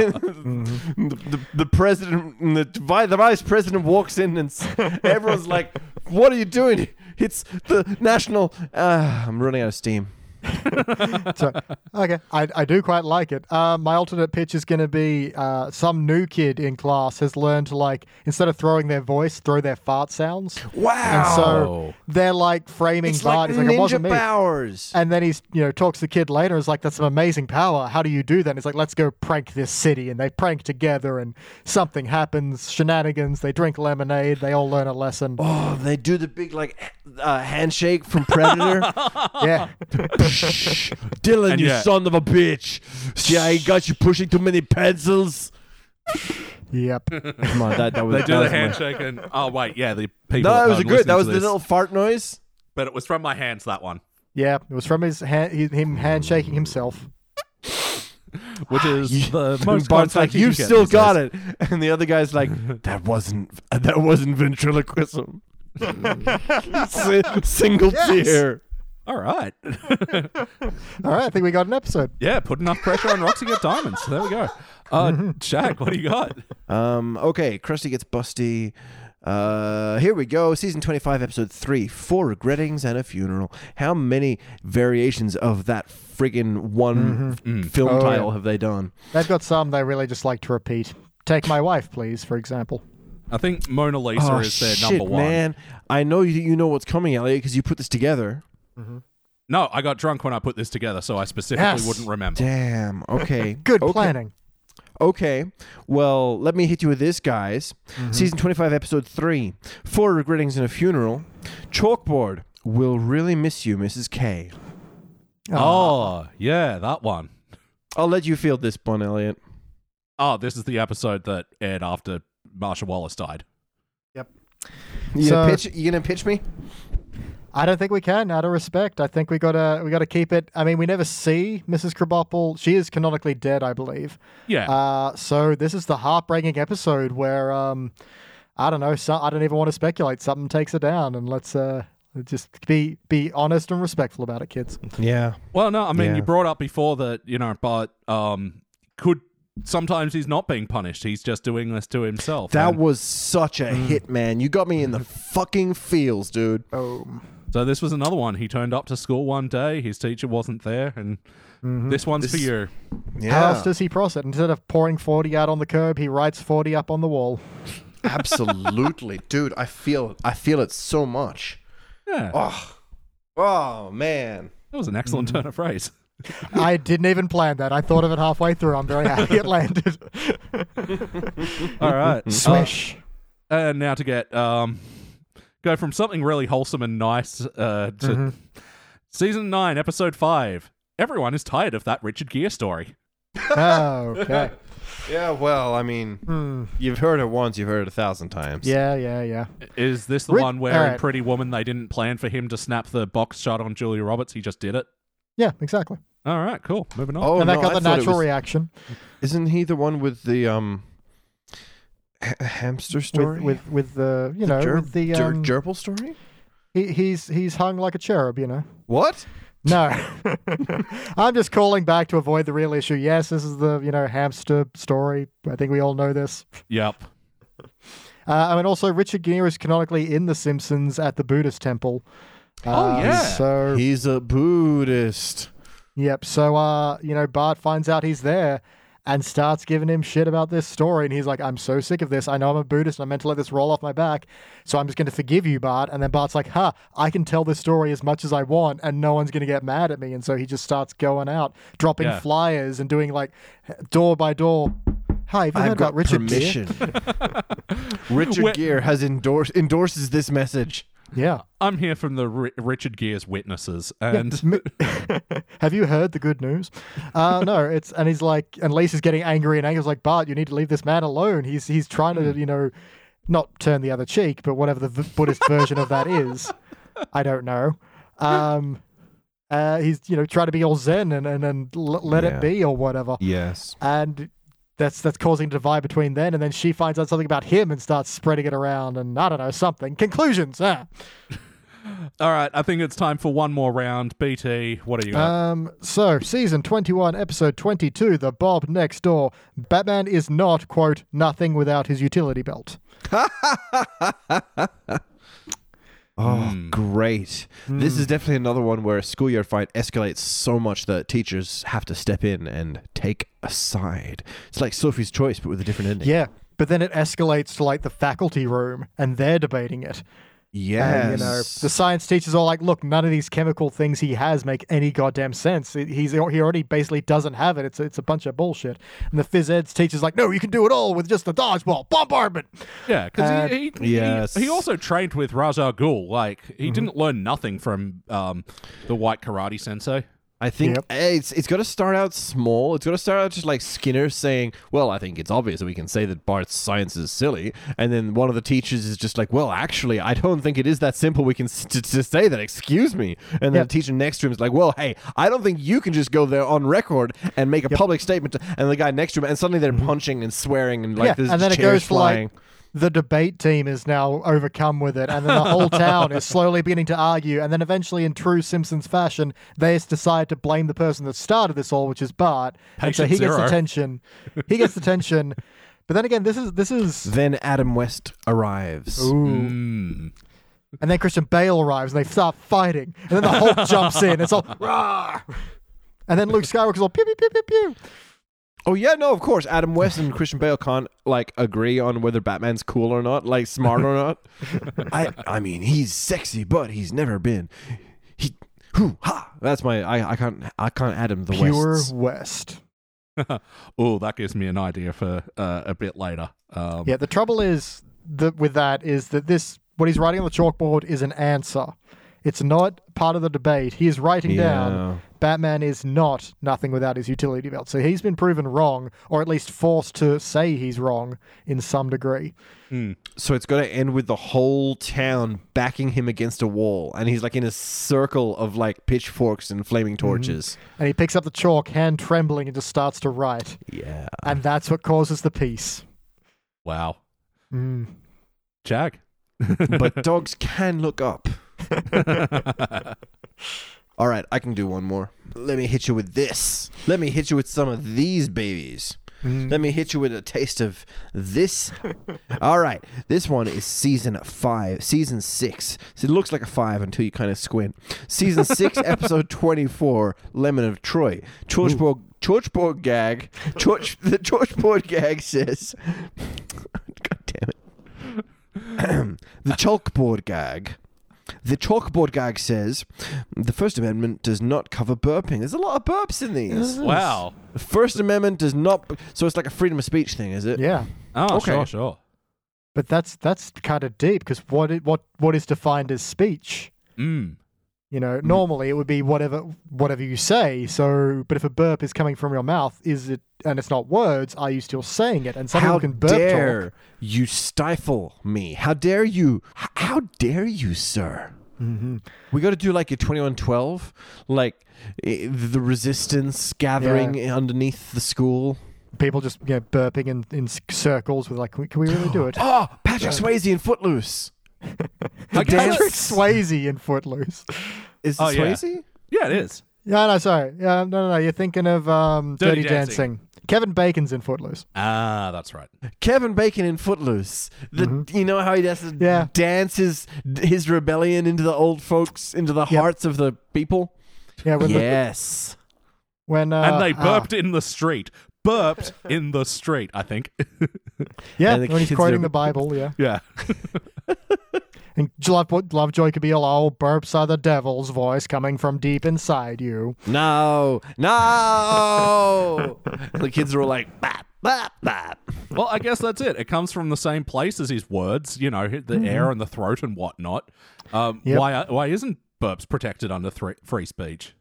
C: Mm-hmm.
B: the, the, the president, and the, vi- the vice president walks in, and s- everyone's like, "What are you doing? It's the national." Uh, I'm running out of steam.
C: So, okay, I, I do quite like it. Uh, my alternate pitch is going to be uh, some new kid in class has learned to, like, instead of throwing their voice, throw their fart sounds.
B: Wow!
C: And so they're, like, framing
B: it's like
C: Bart. He's
B: ninja
C: like, it wasn't me.
B: powers.
C: And then he's, you know, talks to the kid later. Is like, that's some amazing power. How do you do that? And he's like, let's go prank this city. And they prank together, and something happens. Shenanigans. They drink lemonade. They all learn a lesson.
B: Oh, they do the big like uh, handshake from Predator.
C: Yeah,
B: Dylan,
A: And
B: you
A: yeah.
B: son of a bitch! See, I got you pushing too many pencils.
C: yep.
B: Come on, that, that was
A: They do the
B: my-
A: handshake and oh wait, yeah, the people.
B: No,
A: at
B: that was
A: home
B: good.
A: listening
B: That was
A: to
B: the
A: this,
B: little fart noise.
A: but it was from my hands. That one,
C: Yeah, it was from his hand, he- him handshaking himself.
A: which is the most.
B: Bart's like,
A: contact you
B: you
A: can get
B: still
A: these
B: got
A: days."
B: it, and the other guy's like, that wasn't that wasn't ventriloquism. Si- Single tear.
A: All right,
C: All right, I think we got an episode.
A: yeah, put enough pressure on Roxy get diamonds. There we go. Uh, Jack, what do you got?
B: Um, okay, Krusty gets busty. Uh, here we go. Season 25, episode 3 Four Regrettings and a Funeral. How many variations of that friggin' one f- film
C: Oh,
B: title
C: yeah.
B: have they done?
C: They've got some they really just like to repeat. Take my wife, please, for example.
A: I think Mona
C: Oh,
A: Lisa is their number one.
B: Oh, man. I know you, you know what's coming, Elliot, because you put this together.
A: No, I got drunk when I put this together, so I specifically
C: Yes.
A: wouldn't remember.
B: Damn. Okay.
C: Good
B: okay.
C: planning.
B: Okay, well, let me hit you with this, guys.
C: Mm-hmm.
B: Season 25, episode 3 Four Regrettings and a Funeral. Chalkboard. Will really miss you, Mrs. K.
A: Oh, yeah, that one.
B: I'll let you field this one, Elliot.
A: Oh, this is the episode that aired after Marsha Wallace died.
B: You
C: So-
B: gonna pitch? You gonna pitch me?
C: I don't think we can, out of respect. I think we gotta we gotta keep it. I mean, we never see Mrs. Krabappel. She is canonically dead, I believe.
A: Yeah.
C: Uh, so this is the heartbreaking episode where um, I don't know. So, I don't even want to speculate. Something takes her down, and let's uh, just be be honest and respectful about it, kids.
B: Yeah.
A: well, no, I mean,
B: Yeah.
A: you brought up before that, you know, but um, could sometimes he's not being punished. He's just doing this to himself.
B: That
A: And
B: was such a
C: Mm.
B: hit, man. You got me in the fucking feels, dude.
C: Oh,
A: so this was another one. He turned up to school one day. His teacher wasn't there, and
B: Mm-hmm.
A: this one's for you.
B: Yeah.
C: How else does he process it? Instead of pouring 40 out on the curb, he writes 40 up on the wall.
B: Absolutely, dude. I feel it. I feel it so much.
A: Yeah,
B: Oh, Mm-hmm. oh man.
A: that was an excellent turn of phrase.
C: I didn't even plan that. I thought of it halfway through. I'm very happy it landed.
A: All right,
B: Oh.
C: Swish.
A: Uh, and now to get um, go from something really wholesome and nice uh, to
B: Mm-hmm.
A: season nine, episode five. Everyone is tired of that Richard Gere story.
C: Oh, okay.
B: Yeah. Well, I mean, you've heard it once. You've heard it a thousand times.
C: Hmm. Yeah, yeah, yeah.
A: Is this the
C: Ri-
A: one where
C: all
A: in
C: right.
A: Pretty Woman they didn't plan for him to snap the box shot on Julia Roberts? He just did it.
C: Yeah, exactly.
A: All right, cool. Moving on.
B: Oh,
C: and that
B: no,
C: got
B: I
C: the
B: thought it
C: natural
B: was-
C: reaction
B: Isn't he the one with the um ha- hamster story?
C: with, with with the you know
B: Ger-
C: with the
B: ger-
C: um,
B: gerbil story?
C: he, he's he's hung like a cherub, you know.
B: What?
C: No, I'm just calling back to avoid the real issue. Yes, this is the you know hamster story. I think we all know this.
A: Yep.
C: Uh, and also, Richard Gere is canonically in The Simpsons at the Buddhist temple. Uh,
A: yeah.
C: So
B: He's a Buddhist.
C: Yep. So, uh, you know, Bart finds out he's there and starts giving him shit about this story. And he's like, I'm so sick of this. I know I'm a Buddhist and I'm meant to let this roll off my back. So I'm just going to forgive you, Bart. And then Bart's like, huh, I can tell this story as much as I want and no one's going to get mad at me. And so he just starts going out, dropping
A: Yeah.
C: flyers and doing like door by door. Hi, have you heard
B: I've
C: about
B: got
C: Richard Gere?"
B: permission. Richard
A: Wait-
B: Gere has endorse endorses this message.
C: Yeah.
A: I'm here from the Ri- Richard Gere's witnesses, and
C: Have you heard the good news? Uh, no, it's and he's like, and Lisa's getting angry and angry. He's like, Bart, you need to leave this man alone. He's he's trying to, you know, not turn the other cheek, but whatever the v- Buddhist version of that is, I don't know. Um, uh, he's you know trying to be all zen and and, and l- let
B: Yeah.
C: it be or whatever,
B: Yes.
C: and that's that's causing a divide between then and then she finds out something about him and starts spreading it around and I don't know something conclusions. Ah.
A: all right, I think it's time for one more round. BT, what are you? got?
C: Um, so season 21, episode 22, The Bob Next Door. Batman is not, quote, nothing without his utility belt.
B: Oh, great. This
C: Hmm.
B: is definitely another one where a schoolyard fight escalates so much that teachers have to step in and take a side. It's like Sophie's Choice, but with a different ending.
C: Yeah. But then it escalates to like the faculty room and they're debating it. And, Uh, you know,
B: Yes.
C: the science teachers are like, look, none of these chemical things he has make any goddamn sense. He- He's he already basically doesn't have it. It's it's a bunch of bullshit. And the phys ed's teacher's like, no, you can do it all with just the dodgeball bombardment.
A: yeah, because
C: uh,
A: he, he,
B: yes.
A: he he also trained with Raja Ghul. Like he didn't learn nothing from um, the white karate sensei.
B: I think
C: Yep.
B: eh, it's it's got to start out small. It's got to start out just like Skinner saying, "Well, I think it's obvious that we can say that Bart's science is silly," and then one of the teachers is just like, "Well, actually, I don't think it is that simple. We can s- to, to say that. Excuse me." And then
C: Yep.
B: the teacher next to him is like, "Well, hey, I don't think you can just go there on record and make a public statement." And the guy next to him, and suddenly they're punching and swearing and like this
C: Mm-hmm. and then it
B: chairs
C: goes for, like,
B: flying.
C: the debate team is now overcome with it, and then the whole town is slowly beginning to argue, and then eventually, in true Simpsons fashion, they just decide to blame the person that started this all, which is Bart. and so
A: Patient
C: he gets
A: zero.
C: the tension. He gets the tension. But then again, this is this is
B: Then Adam West arrives.
C: Ooh.
A: Mm.
C: And then Christian Bale arrives and they start fighting. And then the Hulk jumps in. It's all rah. And then Luke Skywalker's all pew pew pew pew pew.
B: Oh yeah, no, of course. Adam West and Christian Bale can't like agree on whether Batman's cool or not, like smart or not. I I mean, he's sexy, but he's never been. He hoo ha. That's my I, I can't I can't Adam the
C: Pure
B: Wests.
C: West.
A: Oh, that gives me an idea for uh, a bit later. Um,
C: Yeah, the trouble is that with that is that this what he's writing on the chalkboard is an answer. It's not part of the debate. He is writing down Batman is not nothing without his utility belt. So he's been proven wrong, or at least forced to say he's wrong in some degree.
A: hmm,
B: So it's got to end with the whole town backing him against a wall, and he's like in a circle of like pitchforks and flaming
C: Mm-hmm.
B: torches.
C: And he picks up the chalk, hand trembling, and just starts to write.
B: Yeah.
C: And that's what causes the peace.
A: Wow.
C: Mm.
A: Jack.
B: but dogs can look up. All right, I can do one more. Let me hit you with this. Let me hit you with some of these babies.
C: Mm. Mm-hmm.
B: Let me hit you with a taste of this. All right, this one is season five, season six. So it looks like a five until you kind of squint. Season six, episode twenty-four, Lemon of Troy. Chorchboard, chorchboard gag. Chorch, the chorchboard gag says, "God damn it." the chalkboard gag. The chalkboard gag says the First Amendment does not cover burping. There's a lot of burps in these.
A: Wow.
B: The First Amendment does not. So it's like a freedom of speech thing, is it?
C: Yeah.
A: Oh,
B: Okay.
A: sure, sure.
C: But that's that's kind of deep because what it, what what is defined as speech?
A: Mm.
C: You know, normally it would be whatever whatever you say. So, but if a burp is coming from your mouth, is it and it's not words? Are you still saying it? And some
B: How
C: people can burp
B: dare
C: talk.
B: you stifle me? How dare you? H- how dare you, sir? We got to do like a 2112, like eh, the resistance gathering underneath the school.
C: People just you know burping in in c- circles with like, can we- can we really do it?
B: Oh, Patrick Swayze in Footloose.
A: I guess-
C: Patrick Swayze in Footloose.
B: Is it
A: Oh, yeah.
B: Swayze?
A: Yeah, it is.
C: No, no, sorry. Yeah, no, no, no. You're thinking of um,
A: Dirty
C: Dirty,
A: Dancing.
C: Dancing. Kevin Bacon's in Footloose.
A: Ah, that's right.
B: Kevin Bacon in Footloose. The, You know how he has to
C: Yeah.
B: dance his, his rebellion into the old folks, into the hearts of the people?
C: Yeah, when the,
B: Yes.
C: when uh,
A: and they
C: ah,
A: burped in the street. Burped in the street, I think.
C: yeah,
B: and the
C: when he's
B: kids
C: quoting
B: are-
C: the Bible. Yeah,
A: yeah.
C: and love, Lovejoy could be all, "Oh, burps are the devil's voice coming from deep inside you."
B: No, no. the kids are all like, bap, bap, bap.
A: Well, I guess that's it. It comes from the same place as his words, you know, the air and the throat and whatnot. Um,
C: Mm-hmm. Yep.
A: Why? Why isn't burps protected under thre- free speech?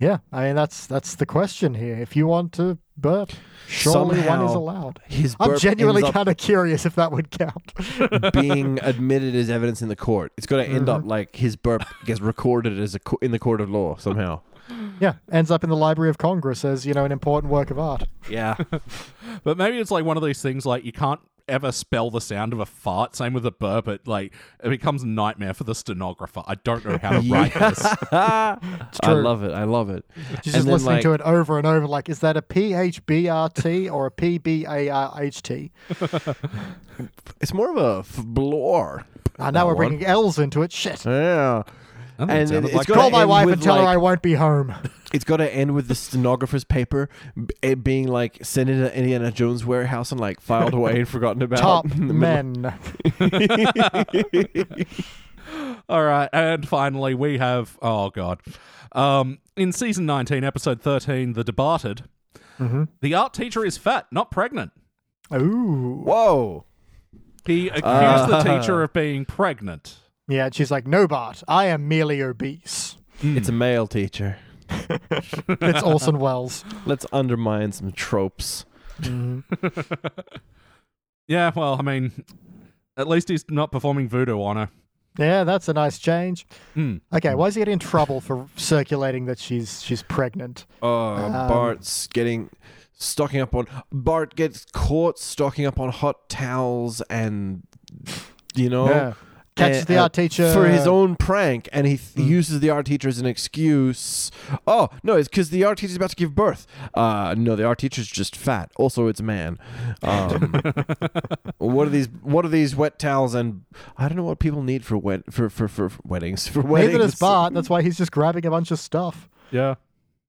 C: Yeah, I mean that's that's the question here. If you want to burp, surely one is
B: Somehow,
C: allowed.
B: His
C: I'm
B: burp
C: genuinely
B: ends up
C: kind of curious if that would count.
B: being admitted as evidence in the court. It's going to end
C: Mm-hmm.
B: up like his burp gets recorded as a co- in the court of law somehow.
C: yeah, ends up in the Library of Congress as you know an important work of art.
B: Yeah.
A: But maybe it's like one of these things like you can't ever spell the sound of a fart. Same with a burp. It like it becomes a nightmare for the stenographer. I don't know how to write this.
B: I
C: true.
B: love it. I love it.
C: She's
B: And then,
C: just listening
B: like-
C: to it over and over. Like, is that a PHBRT or a PBARHT?
B: It's more of a f- blur.
C: And now
B: That
C: we're
B: one.
C: bringing L's into it. Shit.
B: Yeah.
A: think it
B: then
A: sounded
B: it's
A: like-
B: gotta
C: Call my
B: end
C: wife
B: with,
C: and tell her
B: like-
C: I won't be home.
B: It's got to end with the stenographer's paper b- it being like sent into Indiana Jones warehouse and like filed away and forgotten about.
C: Top
B: in the middle
C: men.
A: All right, and finally we have oh god, um, in season nineteen, episode thirteen, the debated. The art teacher is fat, not pregnant.
C: Ooh.
B: Whoa.
A: He accused the
B: Ah.
A: teacher of being pregnant.
C: Yeah, and she's like, no, Bart, I am merely obese.
B: Hmm. It's a male teacher.
C: It's Orson Welles. Mm-hmm.
B: Let's undermine some tropes.
A: Yeah, well, I mean, at least he's not performing voodoo on her.
C: Yeah, that's a nice change.
A: Hmm.
C: Okay, why is he getting in trouble for circulating that she's she's pregnant?
B: Oh,
C: Um,
B: Bart's getting stocking up on. Bart gets caught stocking up on hot towels and you know
C: Yeah. Catches
B: and-
C: the
B: uh,
C: art teacher Hmm.
B: for his own prank, and he th- uses the art teacher as an excuse. Oh no, it's because the art teacher's about to give birth. Uh, no, the art teacher's just fat. Also, it's a man. Um, what are these? What are these wet towels? And I don't know what people need for wet for for, for weddings for weddings.
C: Neither does Bart. That's why he's just grabbing a bunch of stuff.
A: Yeah.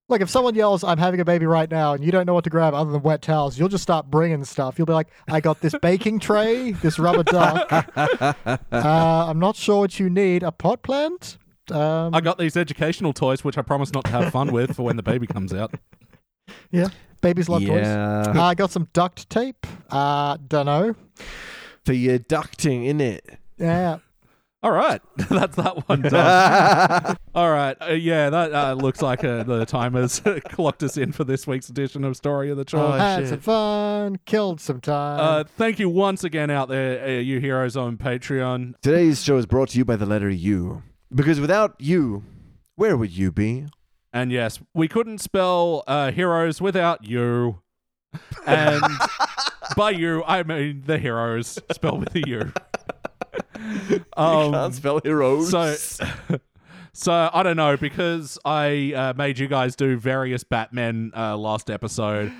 C: Look, if someone yells, I'm having a baby right now, and you don't know what to grab other than wet towels, you'll just start bringing stuff. You'll be like, I got this baking tray, this rubber duck. Uh, I'm not sure what you need. A pot plant? Um,
A: I got these educational toys, which I promise not to have fun with for when the baby comes out.
C: yeah. Babies love toys.
B: Yeah,
C: Uh, I got some duct tape. Uh, dunno.
B: for your ducting in it.
C: Yeah.
A: All right, that's that one done. All right, uh, yeah, that uh, looks like uh, the time has clocked us in for this week's edition of Story of the Chore.
B: Oh,
C: Had
B: shit.
C: some fun. Killed some time.
A: Uh, thank you once again out there, uh, you heroes on Patreon.
B: Today's show is brought to you by the letter U. Because without you, where would you be?
A: And yes, we couldn't spell uh, heroes without you. And by you, I mean the heroes spelled with a U. Um,
B: spell heroes.
A: so, so I don't know because I uh, made you guys do various Batman uh, last episode.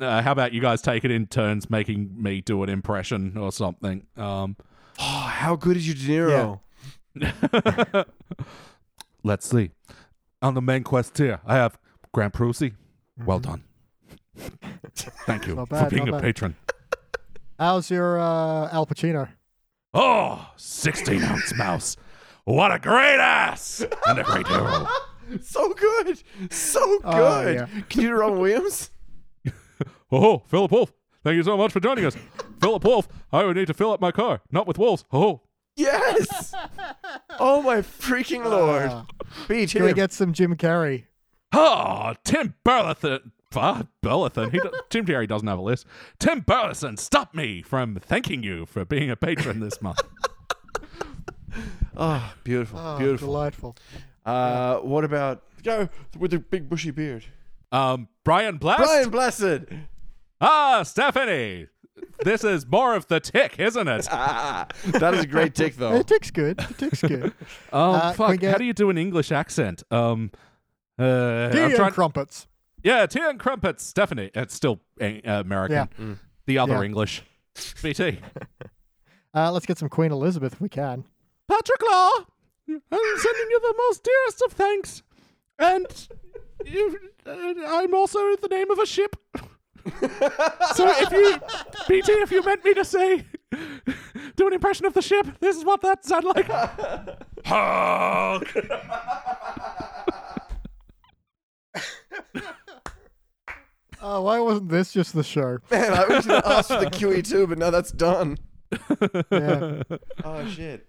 A: Uh, how about you guys take it in turns, making me do an impression or something? Um,
B: how good is your De Niro?
A: Let's see. On the main quest here, I have Grant Prusy. Well done. Thank you
C: Mm-hmm. Not bad,
A: for being
C: not
A: a
C: bad.
A: patron.
C: How's your uh, Al Pacino?
A: Oh, 16 ounce mouse. What a great ass and a great hero.
B: So good. So good.
C: Oh, yeah.
B: Can you do Robin Williams?
A: Oh, Philip Wolf, thank you so much for joining us. Philip Wolf, I would need to fill up my car, not with wolves. Oh,
B: Yes. oh my freaking lord.
C: Ah.
B: Beat
C: Can we
B: him.
C: get some Jim Carrey?
A: oh Tim Burleson. Ah, Burleson. He do- Tim Terry doesn't have a list. Tim Burleson, stop me from thanking you for being a patron this month.
B: Oh, beautiful.
C: Oh,
B: beautiful.
C: Delightful.
B: Uh, what about the guy with the big bushy beard?
A: Um, Brian Blast.
B: Brian Blessed.
A: Ah, Stephanie. This is more of the tick, isn't it?
C: Uh,
B: Ah, that is a great tick, though.
C: It takes good. It takes good.
A: Oh
C: Uh, can we
A: fuck! How
C: get-
A: do you do an English accent? Um, uh, I'm
C: Tea and
A: trying-
C: crumpets.
A: yeah, tea and crumpets. Stephanie, it's still uh, American.
C: Yeah.
A: The other
C: Yeah.
A: English. BT.
C: Uh, let's get some Queen Elizabeth if we can.
A: Patrick Law, I'm sending you the most dearest of thanks, and you, uh, I'm also the name of a ship. so if you, BT, if you meant me to say, do an impression of the ship, this is what that sounded like. Hulk.
C: Oh, why wasn't this just the show?
B: Man, I was going to ask for the QE2, but now that's done.
C: Yeah.
B: Oh, shit.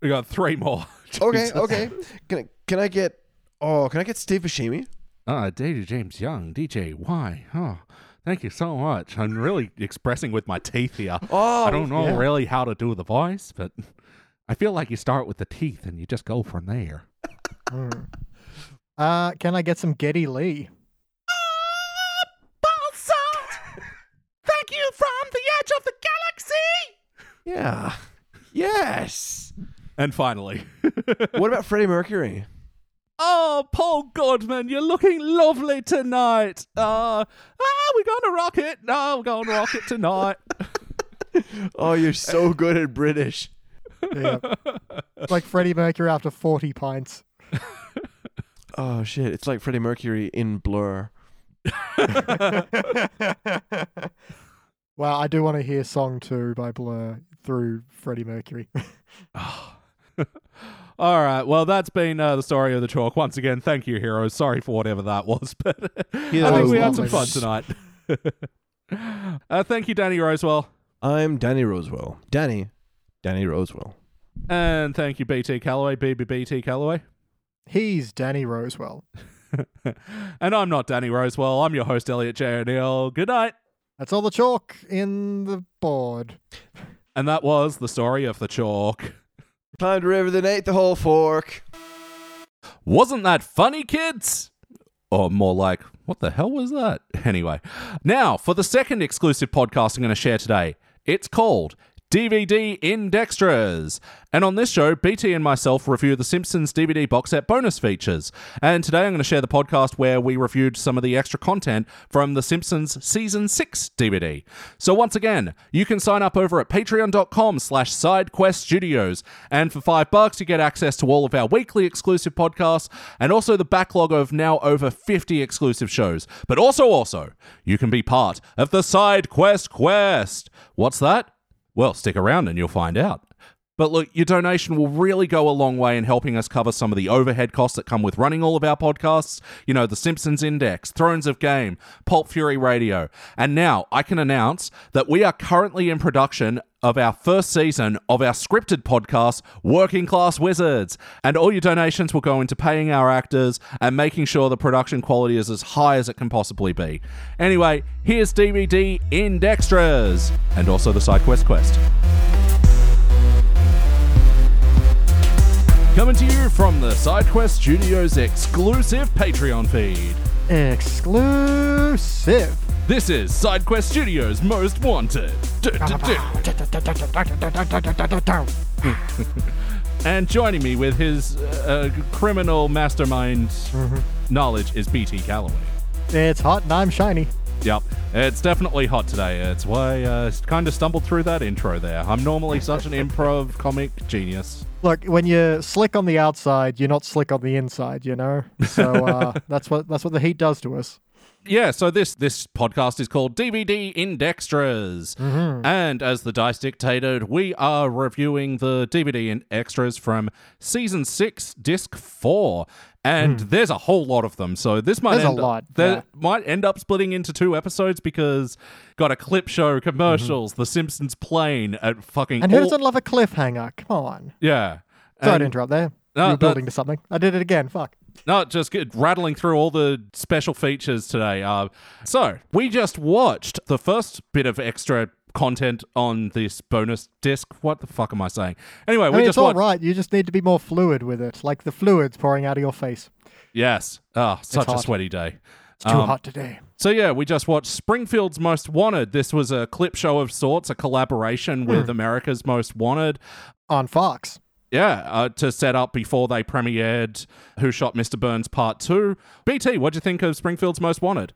A: We got three more.
B: Okay,
A: Jesus.
B: okay. Can I, can I get. Oh, can I get Steve Buscemi?
A: Ah, Data James Young, DJ Why? Oh, thank you so much. I'm really expressing with my teeth here.
B: Oh,
A: I don't know
B: yeah.
A: really how to do the voice, but I feel like you start with the teeth and you just go from there.
C: Uh, can I get some Getty Lee?
A: Thank you from the edge of the galaxy!
B: Yeah. Yes.
A: And finally.
B: What about Freddie Mercury?
A: oh, Paul Godman, you're looking lovely tonight. Uh, ah, we're going to rock it. No, we're going to rock it tonight.
B: Oh, you're so good at British.
C: Yeah. It's like Freddie Mercury after 40 pints.
B: Oh shit! It's like Freddie Mercury in Blur.
C: Wow, I do want to hear Song 2 by Blur through Freddie Mercury.
A: All right. Well, that's been uh, the story of the chalk. Once again, thank you, heroes. Sorry for whatever that was, but I
B: that
A: think
B: was
A: we had some fun
C: lovely.
A: tonight. uh, thank you, Danny Rosewell,
B: I'm Danny Rosewell. Danny, Danny Rosewell.
A: and thank you, BT Calloway, BBBT Calloway.
C: He's Danny Rosewell.
A: and I'm not Danny Rosewell. I'm your host, Elliot J. O'Neill. Good night.
C: That's all the chalk in the board.
A: And that was the story of the chalk.
B: Climbed a river, then ate the whole fork.
A: Wasn't that funny, kids? Or more like, what the hell was that? Anyway, now for the second exclusive podcast I'm going to share today. It's called DVD Indextras. And on this show, BT and myself review the Simpsons DVD box set bonus features. And today I'm going to share the podcast where we reviewed some of the extra content from the Simpsons Season 6 DVD. So once again, you can sign up over at patreon.com slash sidequest studios. And for five bucks, you get access to all of our weekly exclusive podcasts and also the backlog of now over 50 exclusive shows. But also, also, you can be part of the Side Quest Quest. What's that? Well, stick around and you'll find out. But look, your donation will really go a long way in helping us cover some of the overhead costs that come with running all of our podcasts. You know, The Simpsons Index, Thrones of Game, Pulp Fury Radio. And now I can announce that we are currently in production of our first season of our scripted podcast, Working Class Wizards. And all your donations will go into paying our actors and making sure the production quality is as high as it can possibly be. Anyway, here's DVD Indextras and also the Side Quest Quest. Coming to you from the SideQuest Studios exclusive Patreon feed.
C: Exclusive.
A: This is SideQuest Studios Most Wanted. Du-du-du. and joining me with his uh, criminal mastermind knowledge is BT Calloway.
C: It's hot and I'm shiny.
A: Yep, it's definitely hot today. It's why I uh, kind of stumbled through that intro there. I'm normally such an improv comic genius.
C: Look, when you're slick on the outside, you're not slick on the inside, you know? So uh, that's what that's what the heat does to us.
A: yeah, so this this podcast is called DVD Indextras,
C: Mm-hmm.
A: and as the dice dictated, we are reviewing the DVD in extras from season six, disc four, and there's a whole lot of them. So this might
C: Hmm. There's a
A: end
C: lot,
A: Up, there
C: yeah.
A: might end up splitting into two episodes because got a clip show, commercials, The Simpsons plane, and fucking
C: Mm-hmm. And
A: all-
C: who doesn't love a cliffhanger? Come on.
A: yeah.
C: Sorry
A: And-
C: to interrupt there.
A: Um, No, no.
C: you were building to something. I did it again. Fuck.
A: No, just good. rattling through all the special features today. Uh, so we just watched the first bit of extra content on this bonus disc. What the fuck am I saying? Anyway,
C: I
A: Uh, we
C: mean,
A: just
C: it's all
A: watched.
C: right. You just need to be more fluid with it, like the fluids pouring out of your face.
A: Yes. Oh, such a
C: hot.
A: sweaty day.
C: It's
A: Um,
C: too hot today.
A: So yeah, we just watched Springfield's Most Wanted. This was a clip show of sorts, a
C: Hmm.
A: collaboration with America's Most Wanted.
C: On Fox.
A: Yeah, uh, to set up before they premiered Who Shot Mr. Burns Part Two. BT, what'd you think of Springfield's Most Wanted?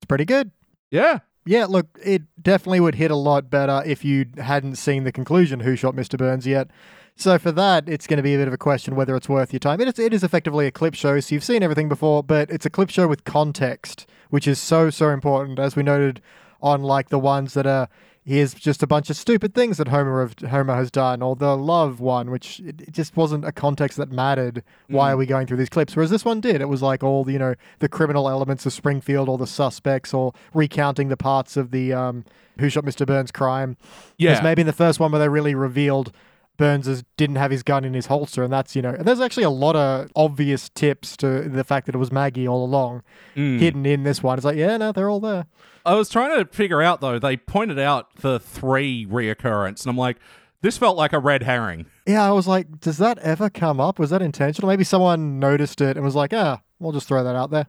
C: It's pretty good.
A: Yeah,
C: Yeah, look, it definitely would hit a lot better if you hadn't seen the conclusion who shot Mr. Burns yet. So for that, it's going to be a bit of a question whether it's worth your time. It is, it is effectively a clip show, so you've seen everything before, but it's a clip show with context, which is so so important, as we noted on like the ones that are here's just a bunch of stupid things that Homer have, Homer has done, or the love one, which it, it just wasn't a context that mattered. Why are we going through these clips? Whereas this one did. It was like all the you know the criminal elements of Springfield, or the suspects, or recounting the parts of the um, Who Shot Mr. Burns crime.
A: Yeah.
C: Whereas maybe in the first one where they really revealed. Burns is- didn't have his gun in his holster, and that's you know. And there's actually a lot of obvious tips to the fact that it was Maggie all along, hidden in this one. It's like, yeah, no, they're all there.
A: I was trying to figure out though. They pointed out the three reoccurrence, and I'm like, this felt like a red herring.
C: Yeah, I was like, does that ever come up? Was that intentional? Maybe someone noticed it and was like, ah, we'll just throw that out there.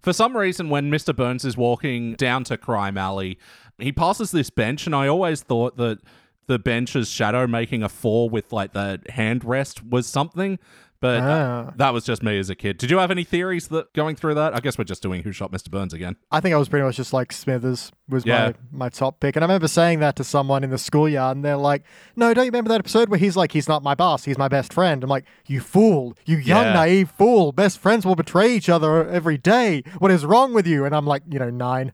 A: For some reason, when Mr. Burns is walking down to Crime Alley, he passes this bench, and I always thought that the bench's shadow making a four with like the hand rest was something. But uh,
C: Ah.
A: that was just me as a kid. Did you have any theories that going through that? I guess we're just doing who shot Mr. Burns again.
C: I think I was pretty much just like Smithers was
A: Yeah.
C: my, my top pick. And I remember saying that to someone in the schoolyard, and they're like, no, don't you remember that episode where he's like, he's not my boss, he's my best friend? I'm like, you fool, you young,
A: Yeah.
C: naive fool. Best friends will betray each other every day. What is wrong with you? And I'm like, you know, nine.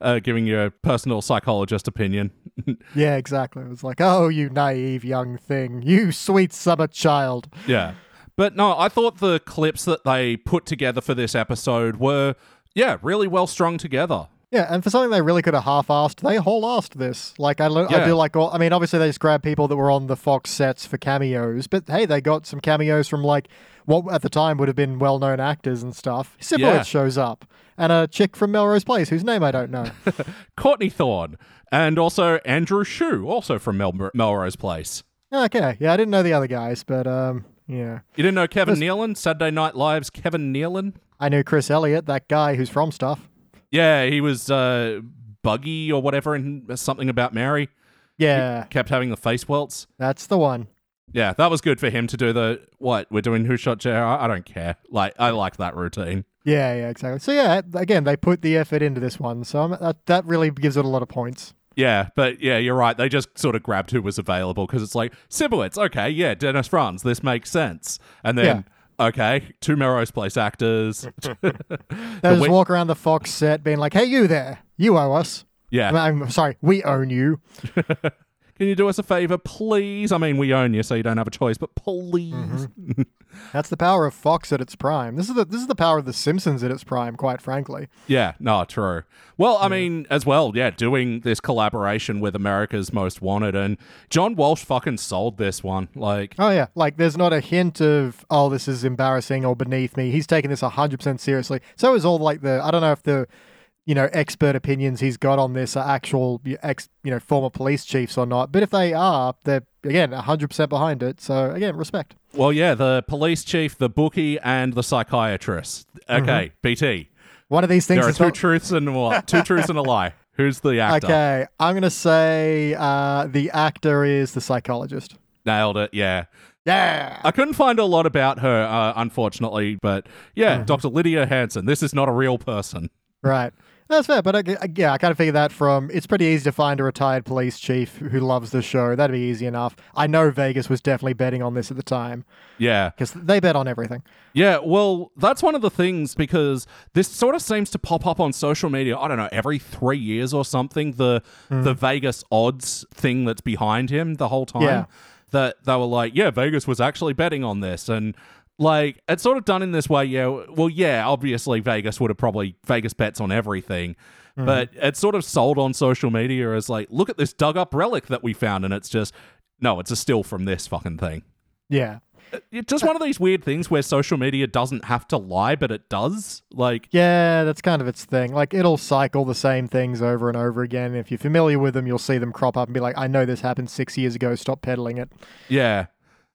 A: Uh, giving you a personal psychologist opinion.
C: Yeah, exactly. It was like, oh, you naive young thing, you sweet summer child.
A: Yeah. But no, I thought the clips that they put together for this episode were, yeah, really well strung together.
C: Yeah, and for something they really could have half-assed, they whole-assed this. Like I, lo-
A: Yeah.
C: I do like all. I mean, obviously they just grabbed people that were on the Fox sets for cameos, but hey, they got some cameos from like what at the time would have been well-known actors and stuff. Sipowicz
A: Yeah.
C: shows up, and a chick from Melrose Place whose name I don't know.
A: Courtney Thorne and also Andrew Shue, also from Mel- Melrose Place.
C: okay, yeah, I didn't know the other guys, but um, yeah,
A: You didn't know Kevin Nealon, Saturday Night Live's Kevin Nealon?
C: I knew Chris Elliott, that guy who's from stuff.
A: Yeah, he was uh, Buggy or whatever in something about Mary.
C: Yeah,
A: Kept having the face welts.
C: that's the one.
A: Yeah, that was good for him to do the what we're doing. Who shot JR? I don't care. Like I liked that routine.
C: Yeah, yeah, exactly. So yeah, again, they put the effort into this one, so I'm, that that really gives it a lot of points.
A: Yeah, but yeah, you're right. They just sort of grabbed who was available because it's like Sibowitz, okay, yeah, Dennis Franz, this makes sense. And then, okay, two Melrose Place actors.
C: They just
A: win-
C: walk around the Fox set being like, hey, you there, you owe us.
A: yeah.
C: I mean, I'm sorry, we own you.
A: Can you do us a favor, please? I mean, we own you, so you don't have a choice, but please.
C: Mm-hmm. That's the power of Fox at its prime. This is the this is the power of the Simpsons at its prime, quite frankly.
A: Yeah, no, true. Well, I mean, as well, yeah, doing this collaboration with America's Most Wanted, and John Walsh fucking sold this one. Like,
C: Oh yeah, like there's not a hint of oh this is embarrassing or beneath me. He's taking this 100% seriously. So is all like the I don't know if the you know expert opinions he's got on this are actual you- ex you know former police chiefs or not. But if they are, they're again 100% behind it. So again, respect.
A: well, yeah, the police chief, the bookie, and the psychiatrist.
C: Mm-hmm.
A: Okay, BT.
C: One of these things
A: There are
C: is
A: two
C: not-
A: truths and a two truths and a lie. Who's the actor?
C: Okay, I'm gonna say uh, the actor is the psychologist.
A: Nailed it. Yeah,
C: Yeah.
A: I couldn't find a lot about her,
C: Mm-hmm.
A: uh, unfortunately, but yeah, Dr. Lydia Hanson. This is not a real person.
C: Right. That's fair, but I, I- yeah, I kind of figured that from. It's pretty easy to find a retired police chief who loves the show. That'd be easy enough. I know Vegas was definitely betting on this at the time
A: Yeah.
C: because they bet on everything.
A: Yeah, well, that's one of the things because this sort of seems to pop up on social media. I don't know, every three years or something. The the Vegas odds thing that's behind him the whole time.
C: Yeah.
A: That they were like, yeah, Vegas was actually betting on this, and like it's sort of done in this way. Yeah, well, yeah, obviously Vegas would have probably Vegas bets on everything. But it's sort of sold on social media as like, look at this dug up relic that we found, and it's just no, it's a still from this fucking thing.
C: Yeah,
A: It's just one of these weird things where social media doesn't have to lie, but it does. Like,
C: yeah, that's kind of its thing. Like it'll cycle the same things over and over again. If you're familiar with them, you'll see them crop up and be like, "I know this happened six years ago. Stop peddling it."
A: yeah,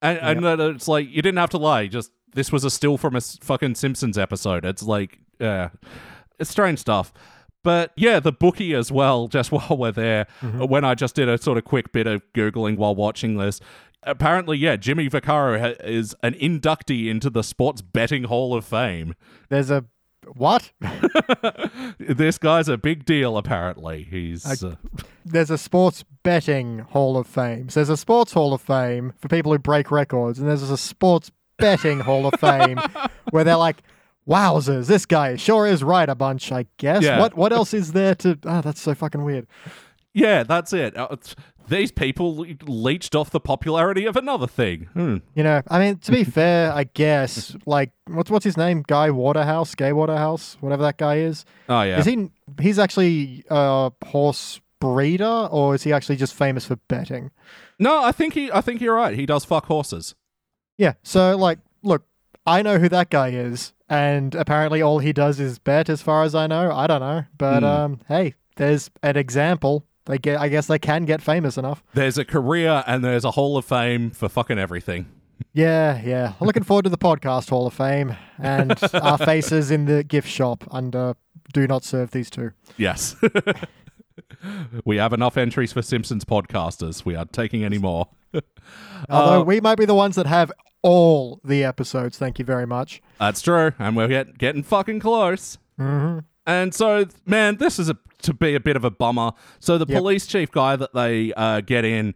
A: and and that it's like you didn't have to lie. Just this was a still from a s- fucking Simpsons episode. It's like, yeah, it's strange stuff. But yeah, the bookie as well. Just while we're there, when I just did a sort of quick bit of googling while watching this, apparently, yeah, Jimmy Vaccaro ha- is an inductee into the sports betting Hall of Fame.
C: There's a what?
A: This guy's a big deal. Apparently, he's. uh,
C: There's a sports betting Hall of Fame. So there's a sports Hall of Fame for people who break records, and there's a sports betting Hall of Fame where they're like, "Wowzers, this guy sure is right a bunch." I guess.
A: Yeah.
C: What What else is there to? Oh, that's so fucking weird.
A: Yeah, that's it. Uh, it's- these people le- leached off the popularity of another thing. Hmm.
C: You know, I mean, to be fair, I guess like what's what's his name? Guy Waterhouse, Gay Waterhouse, whatever that guy is.
A: Oh yeah,
C: Is he? He's actually a horse breeder, or is he actually just famous for betting?
A: no, I think he. I think you're right. He does fuck horses.
C: Yeah. So like, look, I know who that guy is, and apparently all he does is bet, as far as I know. I don't know, but um, hey, there's an example. They get, I guess they can get famous enough.
A: There's a career and there's a hall of fame for fucking everything.
C: Yeah, yeah. Looking forward to the podcast Hall of Fame and our faces in the gift shop under Do Not Serve These Two.
A: Yes, we have enough entries for Simpsons podcasters. We are taking any more.
C: Although we might be the ones that have all the episodes. Thank you very much.
A: That's true, and we're get, getting fucking close. Mm-hmm. And so, man, this is a, to be a bit of a bummer. So the
C: Yep.
A: police chief guy that they uh, get in.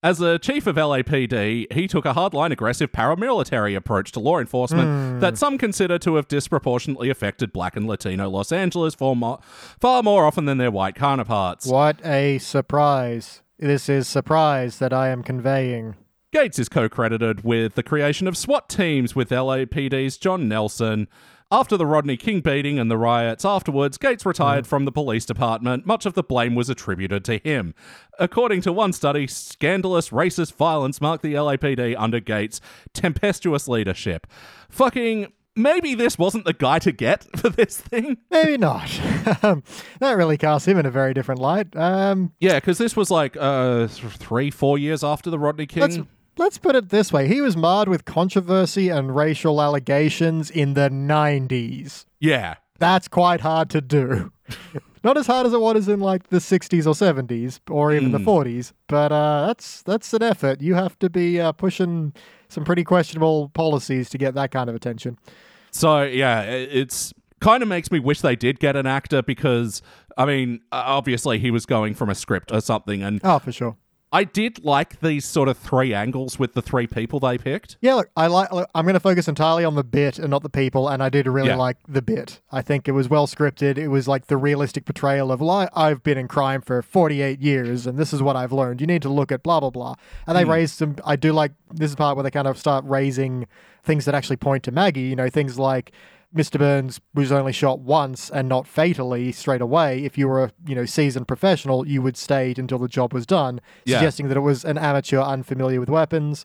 A: As a chief of LAPD, he took a hardline, aggressive paramilitary approach to law enforcement that some consider to have disproportionately affected black and Latino Los Angeles for mo- far more often than their white counterparts.
C: What a surprise. This is surprise that I am conveying.
A: Gates is co credited with the creation of SWAT teams with LAPD's John Nelson. After the Rodney King beating and the riots afterwards, Gates retired from the police department. Much of the blame was attributed to him. According to one study, scandalous racist violence marked the LAPD under Gates' tempestuous leadership. Fucking. Maybe this wasn't the guy to get for this thing.
C: Maybe not. Um, that really casts him in a very different light. Um,
A: Yeah, because this was like uh, th- three, four years after the Rodney King.
C: let's let's put it this way: he was marred with controversy and racial allegations in the '90s.
A: Yeah.
C: That's quite hard to do. not as hard as it was in like the '60s or '70s or even the '40s, but uh, that's that's an effort. You have to be uh, pushing some pretty questionable policies to get that kind of attention.
A: So yeah, i- it's kind of makes me wish they did get an actor because I mean, uh, obviously he was going from a script or something, and
C: Oh, for sure.
A: I did like these sort of three angles with the three people they picked.
C: Yeah, look, I like. Look, I'm going to focus entirely on the bit and not the people, and I did really
A: Yeah.
C: like the bit. I think it was well scripted. It was like the realistic portrayal of like I've been in crime for 48 years, and this is what I've learned. You need to look at blah blah blah. And they raised some. I do like this is part where they kind of start raising things that actually point to Maggie. You know, things like. Mr. Burns was only shot once and not fatally straight away. If you were a you know seasoned professional, you would stayed until the job was done,
A: Yeah.
C: suggesting that it was an amateur unfamiliar with weapons.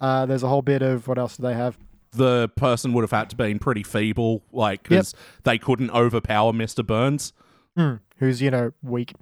C: Uh, there's a whole bit of what else do they have?
A: The person would have had to been pretty feeble, like because they couldn't overpower Mr. Burns.
C: Who's you know weak?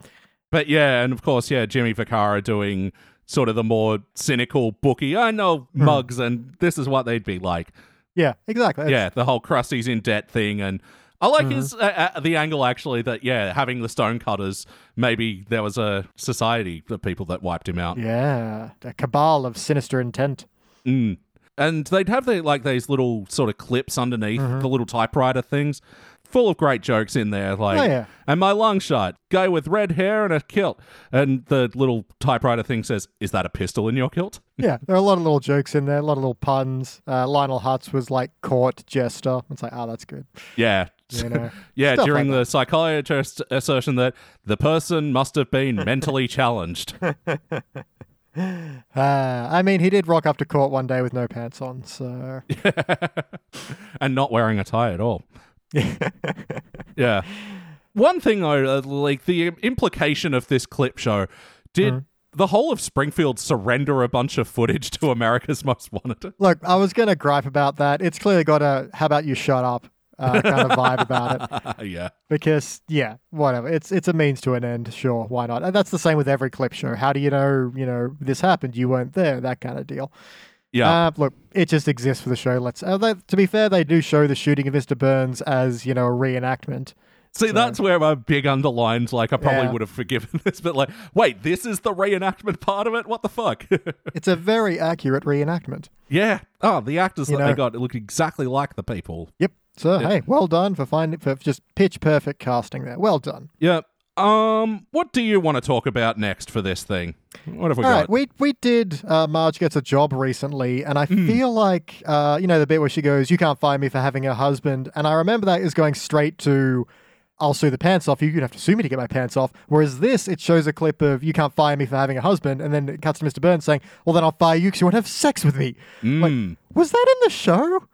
A: But yeah, and of course, yeah, Jimmy Vaccaro doing sort of the more cynical bookie. I know mugs, and this is what they'd be like.
C: Yeah, exactly. It's-
A: yeah, the whole Krusty's in debt thing, and I like
C: Mm-hmm.
A: his uh, uh, the angle actually that yeah, having the stonecutters, maybe there was a society of people that wiped him out,
C: yeah. A cabal of sinister intent.
A: mm.
C: Mm-hmm.
A: and they'd have the, like these little sort of clips underneath the little typewriter things. full of great jokes in there. Like,
C: Oh, yeah.
A: and my lung shot guy with red hair and a kilt, and the little typewriter thing says, "Is that a pistol in your kilt?"
C: yeah, there are a lot of little jokes in there, a lot of little puns. Uh, Lionel Hutz was like court jester. It's like, ah, that's good.
A: Yeah.
C: You know,
A: Yeah,
C: Stuff
A: during
C: like
A: the psychiatrist assertion that the person must have been mentally challenged.
C: Uh, I mean, he did rock up to court one day with no pants on, so
A: and not wearing a tie at all. yeah. One thing though, uh, like the implication of this clip show, did
C: Mm-hmm.
A: the whole of Springfield surrender a bunch of footage to America's Most Wanted?
C: Look, I was going to gripe about that. It's clearly got a "How about you shut up" uh, kind of vibe about it
A: Ah, yeah.
C: because, yeah, whatever. It's it's a means to an end. Sure, why not? And that's the same with every clip show. How do you know? You know, this happened. You weren't there. That kind of deal.
A: Yeah.
C: Uh, look, it just exists for the show. Let's. Uh, that, to be fair, they do show the shooting of Mr. Burns as you know a reenactment.
A: See, that's where my big underlined, like, I probably
C: Yeah.
A: would have forgiven this, but like, wait, this is the reenactment part of it? What the fuck?
C: It's a very accurate reenactment.
A: yeah. Oh, the actors
C: You
A: that they
C: know-
A: got look exactly like the people.
C: Yep. So hey, well done for finding for just pitch perfect casting there. Well done.
A: Yeah. Um, what do you want to talk about next for this thing? What have we
C: All
A: got?
C: right, we we did. Uh, Marge gets a job recently, and I
A: Hmm.
C: feel like uh, you know the bit where she goes, "You can't fire me for having a husband," and I remember that is going straight to, "I'll sue the pants off you. You'd have to sue me to get my pants off." Whereas this, it shows a clip of, "You can't fire me for having a husband," and then it cuts to Mr. Burns saying, "Well, then I'll fire you because you won't have sex with me."
A: Hmm.
C: Like, was that in the show?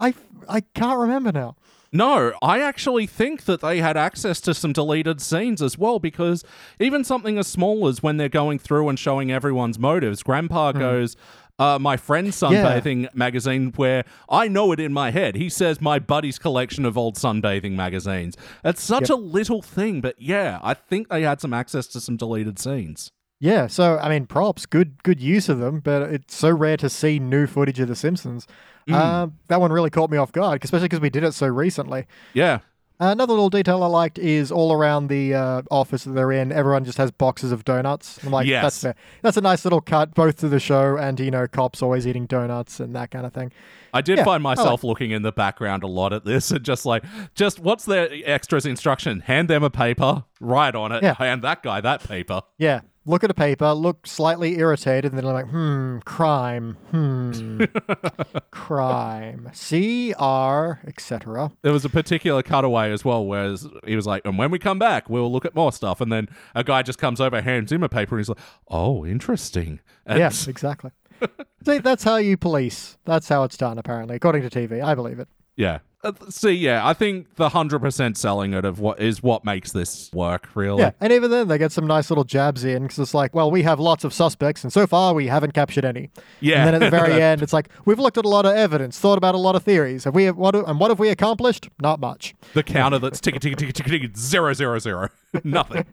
C: I I can't remember now.
A: No, I actually think that they had access to some deleted scenes as well because even something as small as when they're going through and showing everyone's motives, Grandpa goes, uh, My friend's sunbathing magazine, where I know it in my head. He says, My buddy's collection of old sunbathing magazines. It's such a little thing, but yeah, I think they had some access to some deleted scenes.
C: Yeah, so I mean, props, good good use of them, but it's so rare to see new footage of The Simpsons. Uh, that one really caught me off guard, especially because we did it so recently.
A: Yeah.
C: Another little detail I liked is all around the uh, office that they're in, everyone just has boxes of donuts. I'm like,
A: Yes.
C: that's fair. That's a nice little cut, both to the show and to, you know, cops always eating donuts and that kind of thing.
A: I did
C: Yeah,
A: find
C: I like-
A: myself looking in the background a lot at this and just like, just what's their extras instruction? Hand them a paper, write on it,
C: Yeah.
A: hand that guy that paper.
C: Yeah, look at a paper, look slightly irritated, and then I'm like, hmm, crime, hmm, crime, C R, etc.
A: There was a particular cutaway as well, where he was like, and when we come back, we'll look at more stuff. And then a guy just comes over, hands him a paper, and he's like, oh, interesting. And
C: Yes, exactly. See, that's how you police. That's how it's done, apparently, according to TV. I believe it.
A: Yeah. Uh, See, yeah, I think the 100% selling it of what is what makes this work, really.
C: Yeah, and even then, they get some nice little jabs in because it's like, well, we have lots of suspects, and so far we haven't captured any.
A: Yeah.
C: And then at the very end, it's like we've looked at a lot of evidence, thought about a lot of theories. Have we? What? And what have we accomplished? Not much.
A: The counter that's tick, tick, tick, tick, tick, zero, zero, zero. Nothing.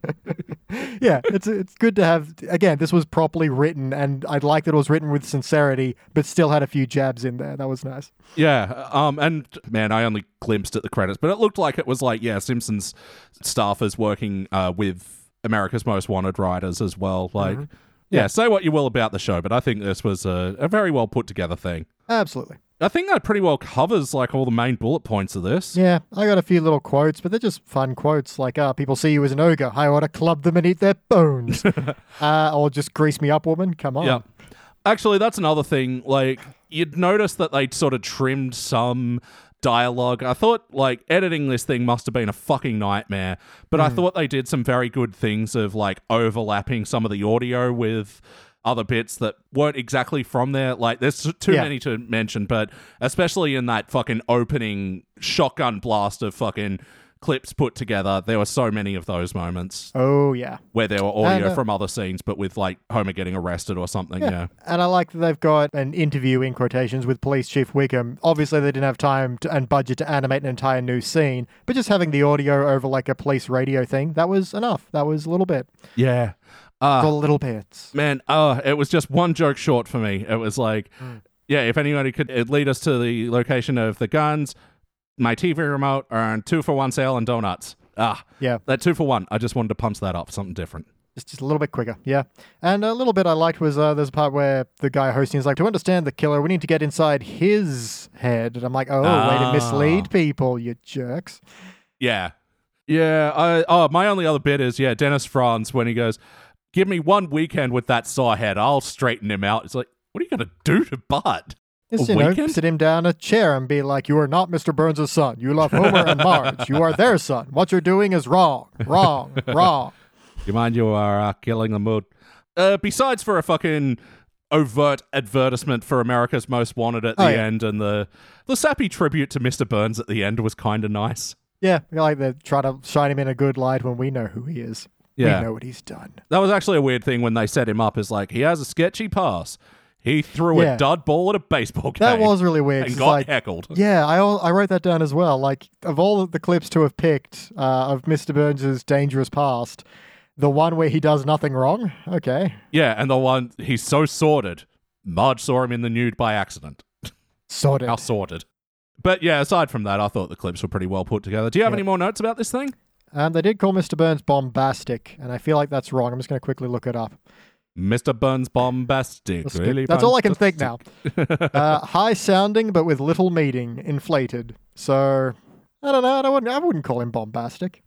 C: Yeah, it's it's good to have. Again, this was properly written, and I'd like that it was written with sincerity, but still had a few jabs in there. That was nice.
A: Yeah, um, and man, I only glimpsed at the credits, but it looked like it was like yeah, Simpsons staffers working uh, with America's Most Wanted writers as well. Like, yeah, say what you will about the show, but I think this was a, a very well put together thing.
C: Absolutely.
A: I think that pretty well covers like all the main bullet points of this.
C: Yeah, I got a few little quotes, but they're just fun quotes like, uh, people see you as an ogre. I ought to club them and eat their bones. uh, or just grease me up, woman. Come on.
A: Yeah. Actually, that's another thing. Like, you'd notice that they sort of trimmed some dialogue. I thought, like, editing this thing must have been a fucking nightmare, but
C: Hmm.
A: I thought they did some very good things of, like, overlapping some of the audio with other bits that weren't exactly from there. Like, there's too
C: Yeah.
A: many to mention, but especially in that fucking opening shotgun blast of fucking clips put together, there were so many of those moments
C: Oh, yeah.
A: where there were audio
C: And, uh,
A: from other scenes, but with, like, Homer getting arrested or something. yeah.
C: And I like that they've got an interview in quotations with Police Chief Wickham. Obviously, they didn't have time to, and budget to animate an entire new scene, but just having the audio over like a police radio thing, that was enough. That was a little bit.
A: Yeah.
C: The
A: Uh,
C: little bits.
A: man, uh, it was just one joke short for me. It was like, yeah, if anybody could uh, lead us to the location of the guns, my TV remote, and two for one sale and donuts. Ah,
C: Yeah.
A: that two for one. I just wanted to punch that up, something different.
C: It's just a little bit quicker, yeah. And a little bit I liked was uh, there's a part where the guy hosting is like, to understand the killer, we need to get inside his head. And I'm like, oh, way
A: Ah.
C: to mislead people, you jerks.
A: Yeah. Yeah. I, oh, my only other bit is, yeah, Dennis Franz when he goes, give me one weekend with that saw head. I'll straighten him out. It's like, what are you going to do to Bart?
C: Just,
A: A
C: you know,
A: weekend?
C: sit him down in a chair and be like, You are not Mr. Burns' son. You love Homer and Marge. You are their son. What you're doing is wrong, wrong, wrong.
A: You mind you are uh, killing the mood. Uh, besides for a fucking overt advertisement for America's Most Wanted at the
C: Oh, yeah.
A: end and the, the sappy tribute to Mr. Burns at the end was kind of nice.
C: Yeah, we like they're trying to shine him in a good light when we know who he is.
A: Yeah.
C: We know what he's done.
A: That was actually a weird thing when they set him up. Is like he has a sketchy pass. He threw
C: Yeah.
A: a dud ball at a baseball game.
C: That was really weird. 'cause
A: and
C: it's
A: got
C: like,
A: heckled.
C: Yeah, I al- I wrote that down as well. Like of all of the clips to have picked uh, of Mr. Burns' dangerous past, the one where he does nothing wrong. Okay,
A: Yeah, and the one he's so sorted. Marge saw him in the nude by accident.
C: sorted.
A: How sorted. But yeah, aside from that, I thought the clips were pretty well put together. Do you have any more notes about this thing?
C: Um, they did call Mr. Burns bombastic, and I feel like that's wrong. I'm just going to quickly look it up.
A: Mr. Burns bombastic.
C: That's,
A: really
C: that's all I can think now. uh, high sounding, but with little meaning, inflated. So I don't know. I, wouldn't, I wouldn't call him bombastic.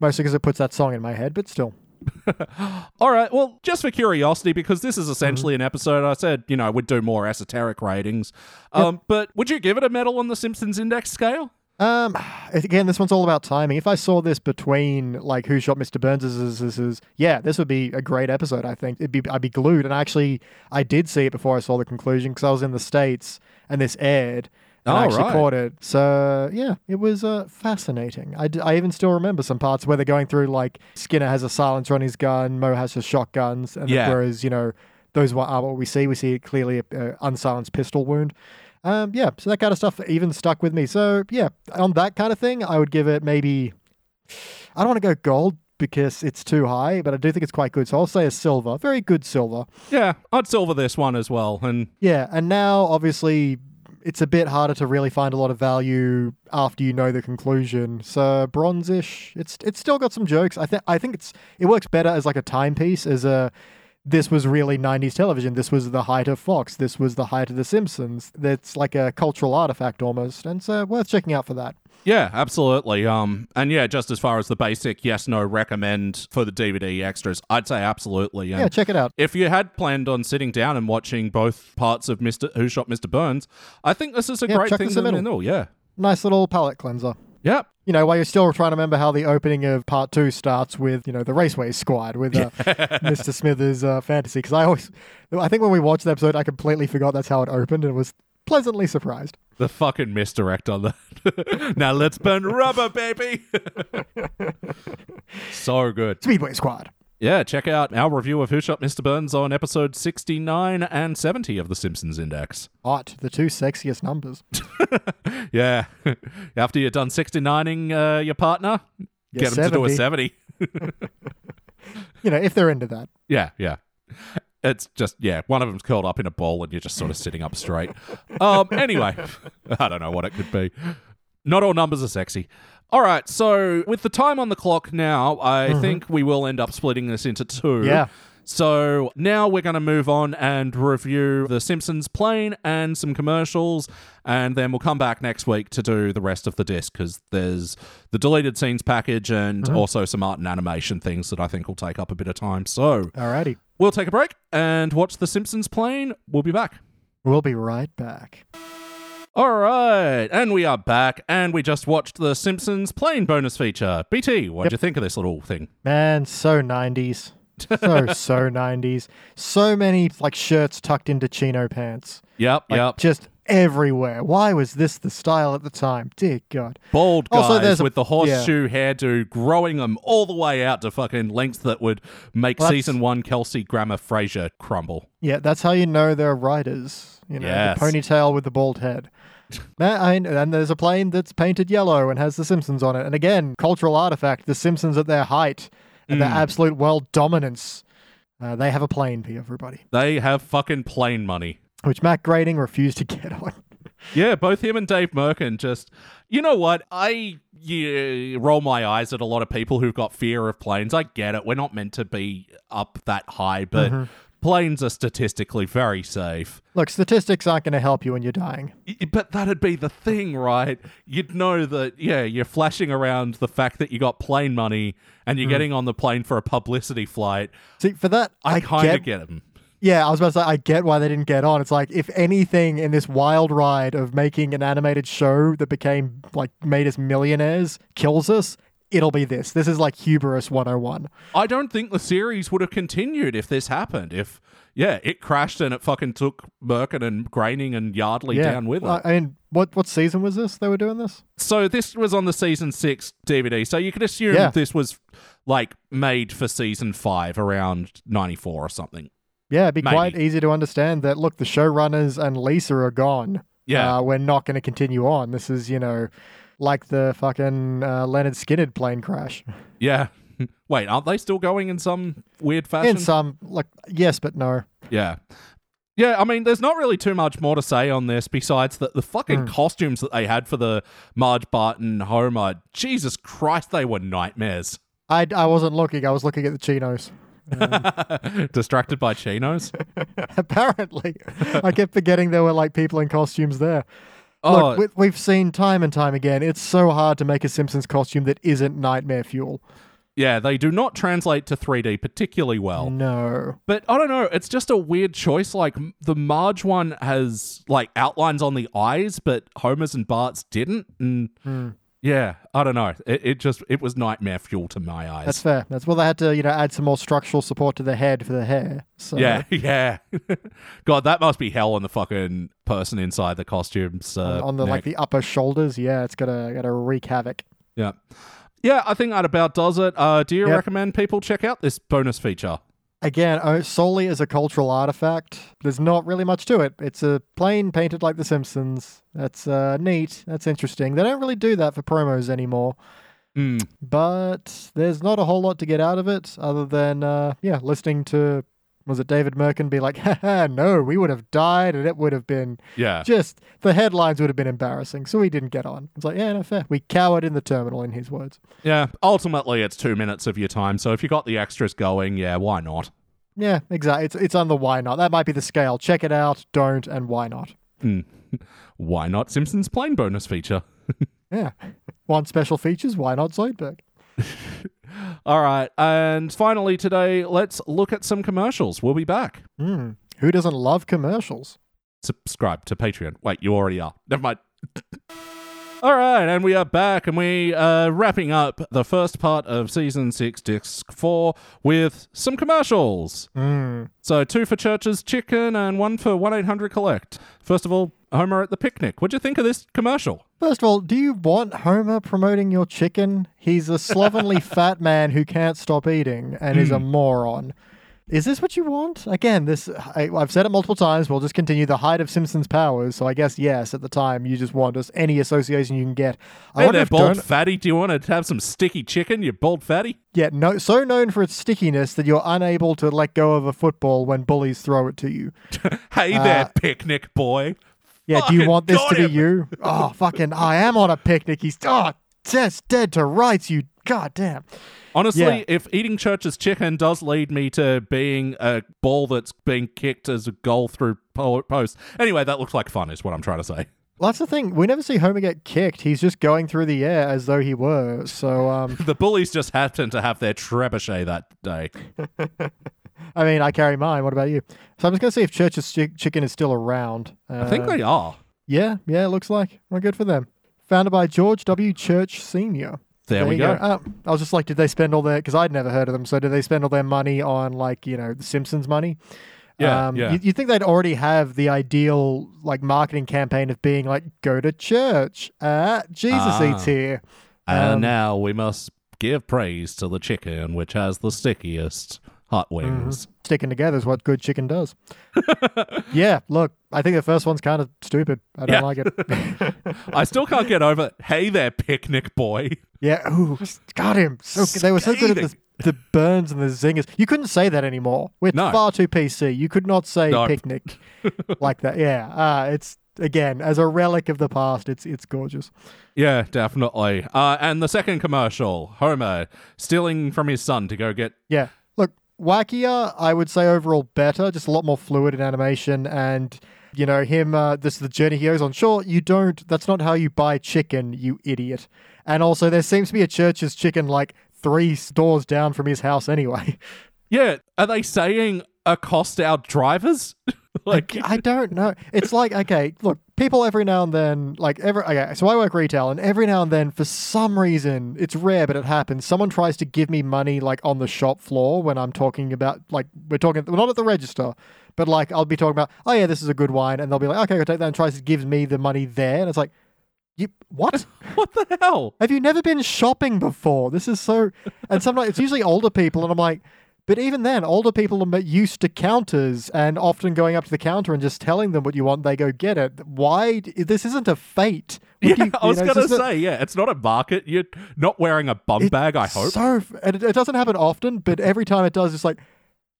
C: Mostly because it puts that song in my head, but still.
A: All right. Well, just for curiosity, because this is essentially
C: Mm-hmm.
A: an episode, I said, you know, we'd do more esoteric ratings. Um, But would you give it a medal on the Simpsons Index scale?
C: Um, again, this one's all about timing. If I saw this between like Who Shot Mr. Burns, is- is- is- is- yeah, this would be a great episode. I think it'd be I'd be glued. And actually, I did see it before I saw the conclusion because I was in the states and this aired. And I
A: Oh,
C: actually
A: right.
C: caught it. So yeah, it was uh, fascinating. I, d- I even still remember some parts where they're going through like Skinner has a silencer on his gun, Mo has his shotguns, and
A: Yeah.
C: whereas you know those wa- are what we see. We see clearly a, a unsilenced pistol wound. Um, yeah, so that kind of stuff even stuck with me. So yeah, on that kind of thing, I would give it maybe. I don't want to go gold because it's too high, but I do think it's quite good. So I'll say a silver, very good silver.
A: Yeah, I'd silver this one as well. And
C: Yeah, and now obviously it's a bit harder to really find a lot of value after you know the conclusion. So bronzish. It's it's still got some jokes. I think I think it's it works better as like a timepiece as a this was really 90s television. This was the height of Fox. This was the height of The Simpsons. That's like a cultural artifact almost. And so worth checking out for that.
A: yeah, absolutely. Um, and yeah, just as far as the basic yes no recommend for the DVD extras, I'd say absolutely. And
C: Yeah, check it out.
A: if you had planned on sitting down and watching both parts of Mr. Who Shot Mr. Burns, I think this is a
C: Yeah,
A: great
C: chuck
A: thing
C: this
A: to
C: in the middle.
A: middle. Yeah.
C: Nice little palate cleanser.
A: Yep.
C: you know, while you're still trying to remember how the opening of part two starts with, you know, the Raceway Squad with uh, Mr. Smithers' uh, fantasy. Because I always, I think when we watched the episode, I completely forgot that's how it opened and was pleasantly surprised.
A: The fucking misdirect on that. now let's burn rubber, baby. so good.
C: Speedway Squad.
A: Yeah, check out our review of Who Shot Mr. Burns on episode 69 and 70 of The Simpsons Index.
C: Hot, the two sexiest numbers.
A: Yeah. After you're done 69ing uh, your partner,
C: Your
A: get him to do a 70.
C: You know, if they're into that.
A: Yeah, yeah. It's just yeah, one of them's curled up in a ball and you're just sort of sitting up straight. Um anyway, I don't know what it could be. Not all numbers are sexy. All right, so with the time on the clock now, I think we will end up splitting this into two.
C: Yeah.
A: So now we're going to move on and review The Simpsons Plane and some commercials, and then we'll come back next week to do the rest of the disc because there's the deleted scenes package and also some art and animation things that I think will take up a bit of time. So
C: Alrighty.
A: We'll take a break and watch The Simpsons plane. We'll be back.
C: We'll be right back.
A: All right, and we are back, and we just watched The Simpsons plane bonus feature. BT, what would you think of this little thing?
C: Man, so 90s. So, so 90s. So many, like, shirts tucked into chino pants.
A: Yep,
C: Like,
A: yep.
C: Just everywhere. Why was this the style at the time? Dear God.
A: Bald guys
C: Also, there's a-
A: with the horseshoe hairdo, growing them all the way out to fucking lengths that would make
C: Well, that's-
A: season one Kelsey Grammer Fraser crumble.
C: Yeah, that's how you know they're writers. You know,
A: Yes.
C: the ponytail with the bald head. Man, I, and there's a plane that's painted yellow and has The Simpsons on it. And again, cultural artifact, The Simpsons at their height and their absolute world dominance. Uh, they have a plane for everybody,
A: They have fucking plane money.
C: which Matt Grading refused to get on.
A: Yeah, both him and Dave Merkin just, you know what? I yeah, roll my eyes
C: Mm-hmm.
A: at a lot of people who've got fear of planes. I get it. We're not meant to be up that high, but Planes are statistically very safe.
C: Look, statistics aren't going to help you when you're dying.
A: Y- But that'd be the thing, right? You'd know that, yeah, you're flashing around the fact that you got plane money and
C: Mm.
A: you're getting on the plane for a publicity flight.
C: See, for that, I,
A: I kind
C: get,
A: of get them.
C: Yeah, I was about to say, I get why they didn't get on. It's like, if anything, in this wild ride of making an animated show that became, like, made us millionaires kills us, it'll be this. This is like hubris 101.
A: I don't think the series would have continued if this happened. If, yeah, it crashed and it fucking took Merkin and Graining and Yardley
C: Yeah.
A: down with it.
C: I I mean, what, what season was this they were doing this?
A: So this was on the season six DVD. So you could assume
C: Yeah.
A: this was like made for season five around ninety four or something.
C: Yeah, it'd be
A: Maybe.
C: quite easy to understand that, look, the showrunners and Lisa are gone.
A: Yeah.
C: Uh, we're not going to continue on. This is, you know, like the fucking uh, Leonard Skinner plane crash.
A: Yeah. Wait, aren't they still going in some weird fashion?
C: In some, like, yes, but no.
A: yeah. Yeah, I mean, there's not really too much more to say on this besides that the
C: Hmm.
A: fucking costumes that they had for the Marge Barton Homer, Jesus Christ, they were nightmares.
C: I, I wasn't looking. I was looking at the chinos.
A: Distracted by chinos.
C: Apparently, I kept forgetting there were like people in costumes there.
A: Oh,
C: Look, we, we've seen time and time again. It's so hard to make a Simpsons costume that isn't nightmare fuel.
A: yeah, they do not translate to 3D particularly well.
C: Mm. No,
A: But I don't know. It's just a weird choice. Like m- the Marge one has like outlines on the eyes, but Homer's and Bart's didn't. And
C: Hmm.
A: yeah, I don't know. It, it just it was nightmare fuel to my eyes.
C: that's fair. That's well, they had to you know add some more structural support to the head for the hair. So
A: yeah, yeah. God, that must be hell on the fucking person inside the costumes. Uh,
C: on the
A: neck.
C: like the upper shoulders, yeah, it's gonna gonna wreak havoc.
A: yeah, yeah. I think that about does it. Uh, do you
C: Yep.
A: recommend people check out this bonus feature?
C: Again, oh, solely as a cultural artifact, there's not really much to it. It's a plane painted like The Simpsons. That's uh, neat. That's interesting. They don't really do that for promos anymore.
A: Mm.
C: but there's not a whole lot to get out of it other than uh, yeah listening to was it david merkin be like haha no we would have died and it would have been
A: Yeah,
C: just the headlines would have been embarrassing so we didn't get on it's like yeah no fair we cowered in the terminal in his words
A: yeah. Ultimately, it's two minutes of your time. So if you got the extras going, yeah, why not?
C: yeah exactly it's, it's on the why not that might be the scale check it out don't and why not
A: Why not Simpsons plane bonus feature?
C: yeah want special features why not zoidberg
A: All right. And finally, today, let's look at some commercials. We'll be back.
C: Hmm. who doesn't love commercials
A: Subscribe to Patreon. Wait, you already are. Never mind. All right, and we are back, and we are wrapping up the first part of season six, disc four, with some commercials.
C: Hmm.
A: So, two for Church's Chicken and one for 1 800 Collect. First of all, Homer at the picnic. What'd you think of this commercial?
C: First of all, do you want Homer promoting your chicken? He's a slovenly fat man who can't stop eating and is a
A: Hmm.
C: moron. Is this what you want? Again, this I, I've said it multiple times. We'll just continue the height of Simpson's powers. So I guess yes, at the time you just want us any association you can get. I
A: Hey
C: wonder
A: there,
C: if
A: bald
C: Don-
A: fatty. Do you want to have some sticky chicken, you bald fatty?
C: yeah, no, so known for its stickiness that you're unable to let go of a football when bullies throw it to you.
A: Hey there, picnic boy.
C: Uh, Yeah, do you
A: Fucking
C: want this to
A: got
C: be you? Oh, fucking! I am on a picnic. He's oh, just dead to rights. You goddamn.
A: Honestly,
C: Yeah.
A: if eating church's chicken does lead me to being a ball that's being kicked as a goal through po- post, anyway, that looks like fun, is what I'm trying to say.
C: Well, that's the thing. We never see Homer get kicked. He's just going through the air as though he were. So, um,
A: The bullies just happened to have their trebuchet that day.
C: I mean, I carry mine. What about you? So I'm just going to see if Church's chi- Chicken is still around. Uh,
A: I think they are.
C: Yeah, yeah, it looks like. Well, good for them. Founded by George W. Church Sr.
A: There, we
C: you
A: go.
C: Oh, I was just like, did they spend all their? Because I'd never heard of them. So did they spend all their money on like you know the Simpsons money?
A: Yeah,
C: um,
A: yeah.
C: You, you think they'd already have the ideal like marketing campaign of being like, go to church. Ah, Jesus
A: Ah.
C: eats here.
A: and
C: um,
A: now we must give praise to the chicken, which has the stickiest hot wings.
C: sticking together is what good chicken does. yeah, look, I think the first one's kind of stupid. I don't
A: Yeah.
C: like it.
A: I still can't get over. Hey there, picnic boy.
C: yeah, ooh, got him. So good. they were so good at the,
A: Scathing.
C: the burns and the zingers. You couldn't say that anymore. We're
A: No.
C: far too PC. You could not say
A: No.
C: picnic like that. Yeah, uh, it's again as a relic of the past. It's it's gorgeous.
A: Yeah, definitely. Uh, and the second commercial, Homer stealing from his son to go get
C: Yeah, look, wackier, I would say overall better, just a lot more fluid in animation and you know him uh, this is the journey he goes on sure you don't that's not how you buy chicken you idiot and also there seems to be a church's chicken like three doors down from his house anyway
A: Yeah, are they saying accost our drivers? like,
C: I don't know. It's like okay, look, people every now and then, like every okay. So I work retail, and every now and then, for some reason, it's rare, but it happens. Someone tries to give me money like on the shop floor when I'm talking about like we're talking we're not at the register, but like I'll be talking about oh yeah, this is a good wine, and they'll be like okay, I'll take that, and tries to give me the money there, and it's like. You, what?
A: what the hell?
C: Have you never been shopping before? This is so. And sometimes it's usually older people, and I'm like, but even then, older people are used to counters and often going up to the counter and just telling them what you want. They go get it. Why? d- This isn't a fate.
A: Yeah,
C: Would you-
A: I
C: you
A: was
C: know, it's
A: gonna
C: just a-
A: say, yeah, it's not a market. You're not wearing a bum bag, I hope.
C: So, f- and it, it doesn't happen often, but every time it does, it's like,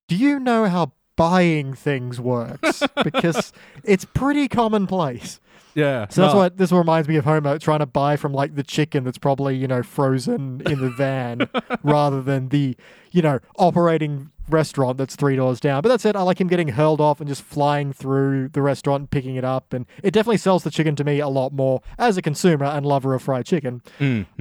C: do you know how buying things works? because it's pretty commonplace.
A: yeah.
C: So that's
A: no.
C: why this reminds me of Homer trying to buy from like the chicken that's probably, you know, frozen in the van rather than the, you know, operating restaurant that's three doors down. But that's it. I like him getting hurled off and just flying through the restaurant and picking it up. And it definitely sells the chicken to me a lot more as a consumer and lover of fried chicken.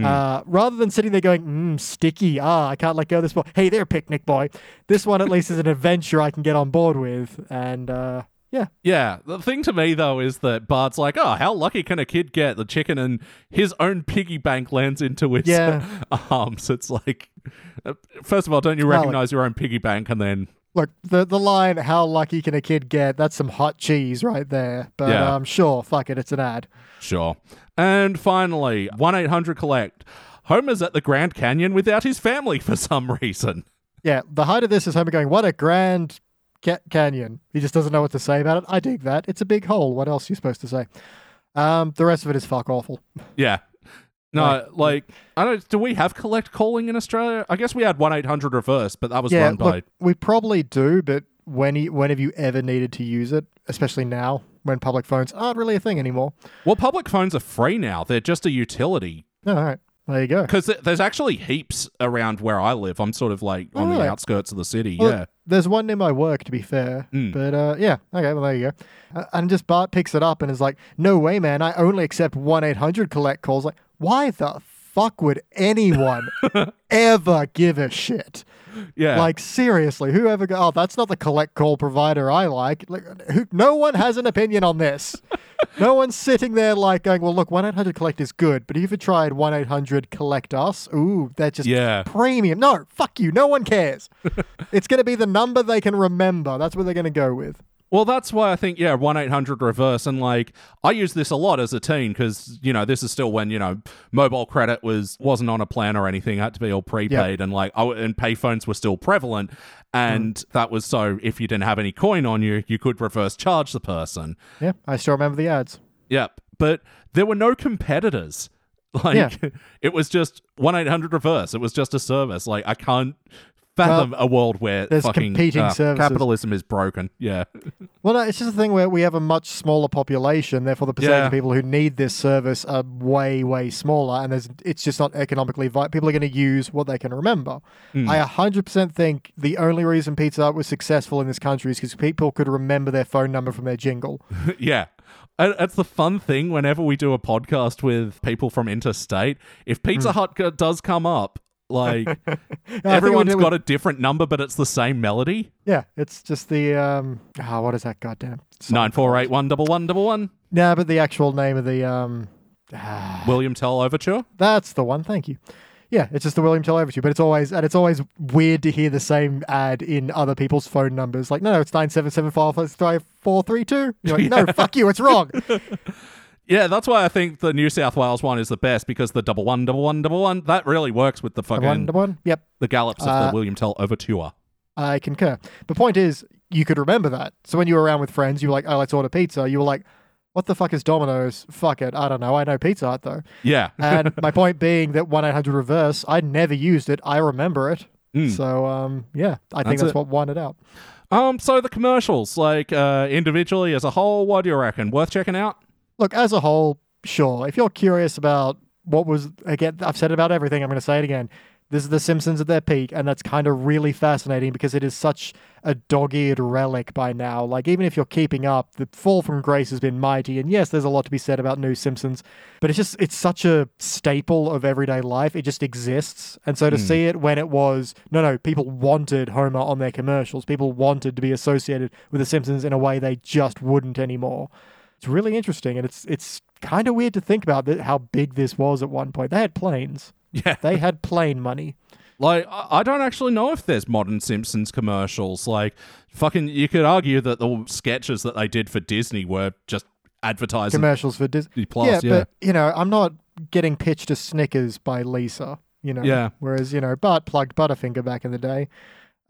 C: Uh, rather than sitting there going, mm, sticky, ah, I can't let go of this boy. Hey there, picnic boy. This one at least is an adventure I can get on board with. And uh, yeah.
A: Yeah, the thing to me though is that Bart's like, oh, how lucky can a kid get? The chicken and his own piggy bank lands into his
C: Yeah.
A: arms. It's like, uh, first of all, don't you
C: Well,
A: recognize your own piggy bank? And then,
C: Look, the the line "How lucky can a kid get?" That's some hot cheese right there. But
A: Yeah.
C: um, sure, fuck it, it's an ad.
A: sure. And finally, one eight hundred collect. Homer's at the Grand Canyon without his family for some reason.
C: Yeah, the height of this is Homer going, "What a grand ca- canyon!" He just doesn't know what to say about it. I dig that. It's a big hole. What else are you supposed to say? Um, the rest of it is fuck awful.
A: Yeah. No,
C: Right.
A: like I don't. Do we have collect calling in Australia? I guess we had one eight hundred reverse, but that was
C: yeah,
A: run by.
C: look, we probably do, but when he, when have you ever needed to use it? Especially now when public phones aren't really a thing anymore.
A: Well, public phones are free now. They're just a utility
C: All right, there you go.
A: because there's actually heaps around where I live. I'm sort of like on
C: Really?
A: the outskirts of the city.
C: Well,
A: yeah.
C: There's one near my work, to be fair.
A: Mm.
C: But uh, yeah, okay, well, there you go. Uh, And just Bart picks it up and is like, no way, man, I only accept 1 800 collect calls. Like, why the fuck would anyone ever give a shit?
A: Yeah.
C: Like, seriously, whoever go, oh, that's not the collect call provider I like. like who, no one has an opinion on this. no one's sitting there like going, well, look, 1 800 collect is good, but have you ever tried 1 800 collect us? Ooh, that just
A: yeah.
C: premium. No, fuck you. No one cares. it's going to be the number they can remember. That's what they're going to go with.
A: Well, that's why I think, yeah, 1 800 reverse. And like, I use this a lot as a teen because, you know, this is still when, you know, mobile credit was, wasn't on a plan or anything. It had to be all prepaid. And like, I, w- and payphones were still prevalent. And
C: Mm.
A: that was so if you didn't have any coin on you, you could reverse charge the person.
C: Yeah, I still remember the ads.
A: Yep. But there were no competitors. Like,
C: Yeah.
A: it was just 1 800 reverse. It was just a service. Like, I can't fathom a world where
C: there's
A: fucking
C: competing
A: uh,
C: services.
A: capitalism is broken. Yeah.
C: Well, no, it's just a thing where we have a much smaller population, therefore the percentage
A: Yeah.
C: of people who need this service are way, way smaller, and there's it's just not economically viable. People are going to use what they can remember.
A: Hmm.
C: I 100% think the only reason Pizza Hut was successful in this country is because people could remember their phone number from their jingle.
A: Yeah. And That's the fun thing whenever we do a podcast with people from interstate. If Pizza
C: Hmm.
A: Hut go- does come up, like everyone's got
C: it.
A: a different number, but it's the same melody.
C: Yeah, it's just the um. ah, what is that goddamn? song?
A: Nine four eight one double one double one.
C: No, but the actual name of the um ah,
A: William Tell Overture.
C: that's the one. Thank you. Yeah, it's just the William Tell Overture, but it's always and it's always weird to hear the same ad in other people's phone numbers. Like, no, no, it's nine seven seven five five four three two. You're like, no, fuck you, it's wrong.
A: Yeah, that's why I think the New South Wales one is the best because the double one double one double one that really works with the fucking
C: one to one. Yep,
A: the gallops of
C: Uh,
A: the William Tell Overture.
C: I concur. The point is, you could remember that. So when you were around with friends, you were like, oh, let's order pizza. You were like, what the fuck is Domino's? Fuck it, I don't know. I know Pizza Hut though.
A: Yeah,
C: And my point being that 1 800 reverse, I never used it. I remember it.
A: Mm.
C: So, um, yeah, I think
A: That's
C: that's
A: it.
C: what won it out.
A: um, so the commercials, like uh, individually as a whole, what do you reckon? Worth checking out?
C: Look, as a whole, sure. If you're curious about what was, again, I've said it about everything, I'm going to say it again. This is The Simpsons at their peak, and that's kind of really fascinating because it is such a dog eared relic by now. Like, even if you're keeping up, the fall from grace has been mighty. And yes, there's a lot to be said about New Simpsons, but it's just, it's such a staple of everyday life. It just exists. And so to see it when it was, no, no, people wanted Homer on their commercials, people wanted to be associated with The Simpsons in a way they just wouldn't anymore. It's really interesting, and it's it's kind of weird to think about that, how big this was at one point. They had planes.
A: Yeah.
C: They had plane money.
A: Like, I I don't actually know if there's modern Simpsons commercials. Like, fucking, you could argue that the sketches that they did for Disney were just advertising.
C: Commercials for Disney
A: Plus, yeah.
C: but you know, I'm not getting pitched a Snickers by Lisa. You know.
A: Yeah.
C: Whereas you know, Bart plugged Butterfinger back in the day.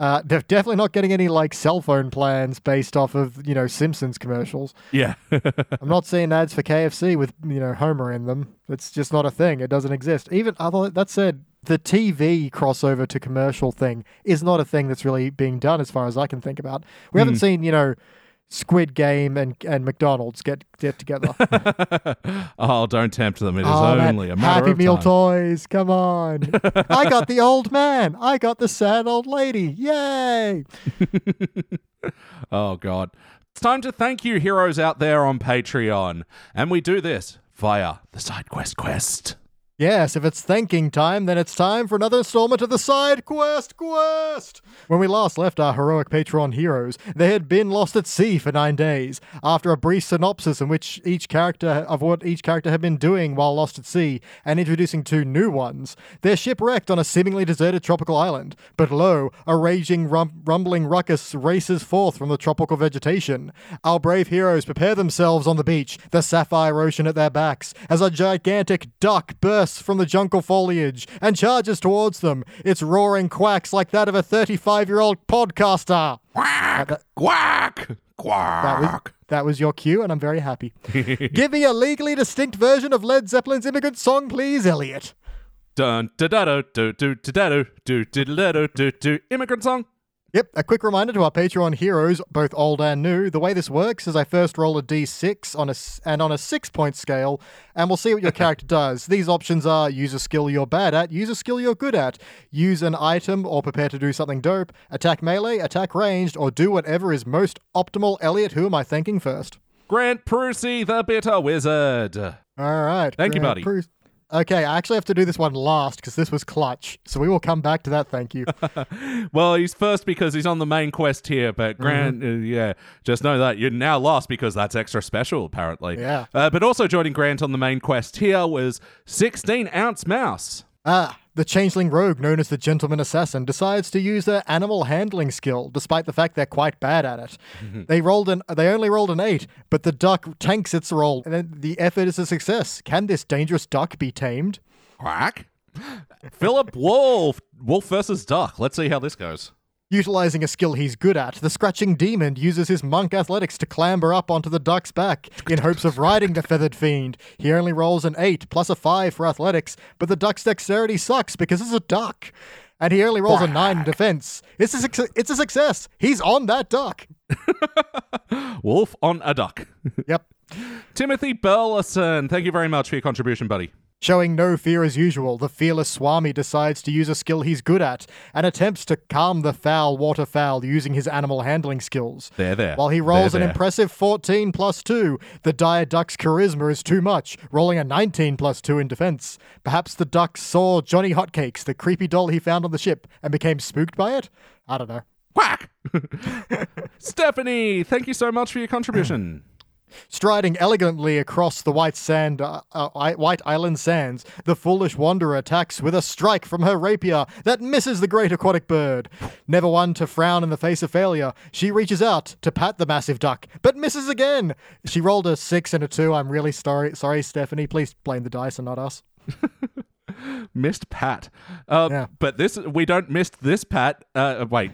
C: Uh, they're definitely not getting any like cell phone plans based off of you know Simpsons commercials.
A: yeah.
C: I'm not seeing ads for KFC with you know Homer in them. It's just not a thing. It doesn't exist. Even other that said, the TV crossover to commercial thing is not a thing that's really being done as far as I can think about. We
A: Hmm.
C: haven't seen you know Squid Game and and McDonald's get get together.
A: oh, don't tempt them. It is
C: Oh, man.
A: only a matter
C: Happy
A: of
C: Meal
A: time.
C: toys. Come on. I got the old man. I got the sad old lady. Yay!
A: Oh, God. It's time to thank you, heroes out there on Patreon. And we do this via the Side Quest Quest.
C: Yes, if it's thanking time, then it's time for another installment of the side quest quest. When we last left our heroic Patreon heroes, they had been lost at sea for nine days. After a brief synopsis in which each character of what each character had been doing while lost at sea, and introducing two new ones, they're shipwrecked on a seemingly deserted tropical island. But lo, a raging, rum- rumbling ruckus races forth from the tropical vegetation. Our brave heroes prepare themselves on the beach, the sapphire ocean at their backs, as a gigantic duck bursts from the jungle foliage and charges towards them. Its roaring quacks like that of a 35 year old podcaster. Uh,
A: Quack! Quack!
C: That was,
A: Quack!
C: that was your cue, and I'm very happy. Give me a legally distinct version of Led Zeppelin's immigrant song, please, Elliot.
A: Dun da da do do do da do do da do do do immigrant song.
C: Yep, a quick reminder to our Patreon heroes, both old and new. The way this works is I first roll a d6 on a s- and on a 6-point scale, and we'll see what your character does. These options are use a skill you're bad at, use a skill you're good at, use an item or prepare to do something dope, attack melee, attack ranged, or do whatever is most optimal. Elliot, who am I thanking first?
A: Grant Prusy, the bitter wizard.
C: All right.
A: Thank you,
C: Grant
A: buddy.
C: Prus- Okay, I actually have to do this one last because this was clutch. So we will come back to that, thank you.
A: Well, he's first because he's on the main quest here, but Grant, uh, yeah, just know that you're now lost because that's extra special, apparently.
C: Yeah.
A: Uh, but also joining Grant on the main quest here was 16 ounce mouse.
C: Ah, the changeling rogue known as the Gentleman Assassin decides to use their animal handling skill, despite the fact they're quite bad at it. they rolled an they only rolled an eight, but the duck tanks its roll, and then the effort is a success. Can this dangerous duck be tamed?
A: Quack. Philip Wolf. Wolf versus Duck. Let's see how this goes.
C: Utilizing a skill he's good at, the scratching demon uses his monk athletics to clamber up onto the duck's back in hopes of riding the feathered fiend. He only rolls an 8 plus a 5 for athletics, but the duck's dexterity sucks because it's a duck. And he only rolls a 9 in defense. It's a, suc- it's a success. He's on that duck.
A: Wolf on a duck.
C: Yep.
A: Timothy Burleson. Thank you very much for your contribution, buddy.
C: Showing no fear as usual, the fearless Swami decides to use a skill he's good at and attempts to calm the foul waterfowl using his animal handling skills.
A: There, there.
C: While he rolls
A: There,
C: an
A: there.
C: impressive 14 plus 2, the dire duck's charisma is too much, rolling a 19 plus 2 in defense. Perhaps the duck saw Johnny Hotcakes, the creepy doll he found on the ship, and became spooked by it? I don't know.
A: Quack. Stephanie, thank you so much for your contribution.
C: Striding elegantly across the white sand, uh, uh, I- white island sands, the foolish wanderer attacks with a strike from her rapier that misses the great aquatic bird. Never one to frown in the face of failure, she reaches out to pat the massive duck, but misses again. She rolled a six and a two. I'm really sorry, sorry, Stephanie. Please blame the dice and not us.
A: missed Pat. Uh,
C: Yeah.
A: But this we don't miss this Pat. Uh, wait,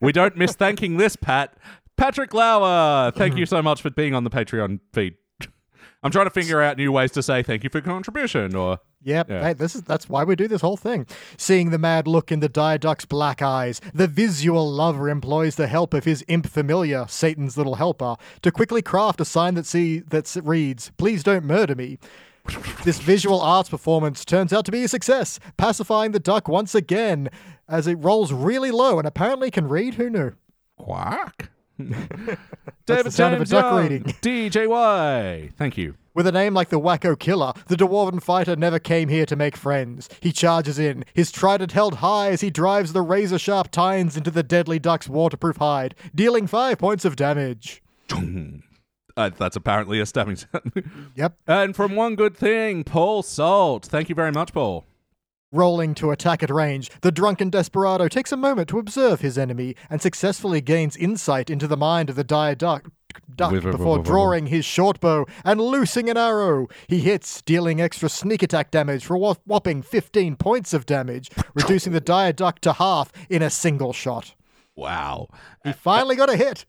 A: we don't miss thanking this Pat. Patrick Lauer, thank you so much for being on the Patreon feed. I'm trying to figure out new ways to say thank you for your contribution. Or
C: Yep.
A: Yeah.
C: Hey, this is that's why we do this whole thing. Seeing the mad look in the dire duck's black eyes, the visual lover employs the help of his imp familiar, Satan's little helper, to quickly craft a sign that see that s- reads, "Please don't murder me." This visual arts performance turns out to be a success, pacifying the duck once again as it rolls really low and apparently can read. Who knew?
A: Quack.
C: That's the
A: David
C: sound of a
A: James
C: duck
A: Young,
C: reading.
A: DJY. Thank you.
C: With a name like the Wacko Killer, the Dwarven fighter never came here to make friends. He charges in, his trident held high as he drives the razor sharp tines into the deadly duck's waterproof hide, dealing five points of damage.
A: Uh, that's apparently a stabbing sound.
C: Yep.
A: and from one good thing, Paul Salt. Thank you very much, Paul.
C: Rolling to attack at range, the drunken desperado takes a moment to observe his enemy and successfully gains insight into the mind of the dire duck, duck
A: Whiff, whiff,
C: before
A: whiff, whiff,
C: drawing his short bow and loosing an arrow. He hits, dealing extra sneak attack damage for a wha- whopping 15 points of damage, reducing the dire duck to half in a single shot.
A: Wow.
C: He finally got a hit.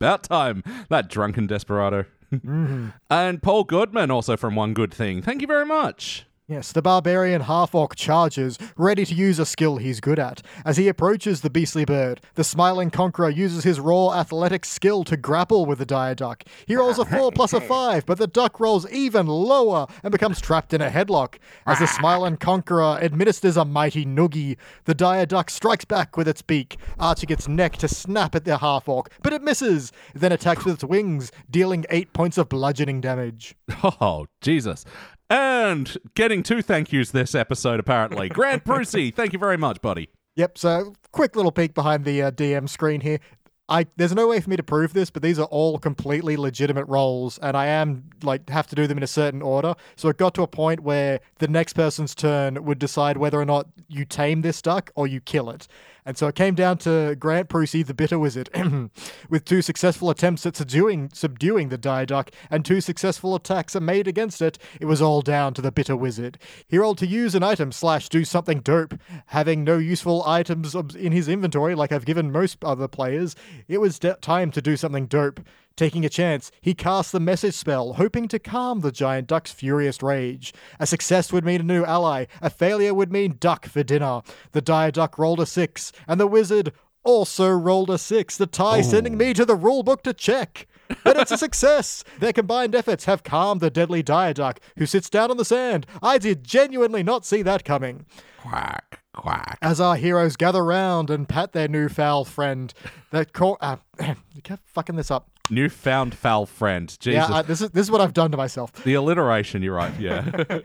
A: About time. That drunken desperado.
C: Mm-hmm.
A: And Paul Goodman, also from One Good Thing. Thank you very much.
C: Yes, the barbarian half orc charges, ready to use a skill he's good at. As he approaches the beastly bird, the smiling conqueror uses his raw athletic skill to grapple with the dire duck. He rolls a 4 plus a 5, but the duck rolls even lower and becomes trapped in a headlock. As the smiling conqueror administers a mighty noogie, the dire duck strikes back with its beak, arching its neck to snap at the half orc, but it misses, then attacks with its wings, dealing 8 points of bludgeoning damage.
A: Oh, Jesus. And getting two thank yous this episode, apparently. Grant Brucey, thank you very much, buddy.
C: Yep. So, quick little peek behind the uh, DM screen here. I there's no way for me to prove this, but these are all completely legitimate roles, and I am like have to do them in a certain order. So it got to a point where the next person's turn would decide whether or not you tame this duck or you kill it. And so it came down to Grant Prusy, the bitter wizard, with two successful attempts at subduing subduing the die duck, and two successful attacks are made against it. It was all down to the bitter wizard. He rolled to use an item slash do something dope, having no useful items ob- in his inventory like I've given most other players. It was de- time to do something dope. Taking a chance, he cast the message spell, hoping to calm the giant duck's furious rage. A success would mean a new ally, a failure would mean duck for dinner. The dire duck rolled a six, and the wizard also rolled a six, the tie sending me to the rulebook to check. But it's a success! Their combined efforts have calmed the deadly dire duck, who sits down on the sand. I did genuinely not see that coming.
A: Quack, quack.
C: As our heroes gather round and pat their new foul friend, that cor- uh, you kept fucking this up.
A: Newfound foul friend. Jesus.
C: Yeah, I, this is this is what I've done to myself.
A: the alliteration, you're right. Yeah.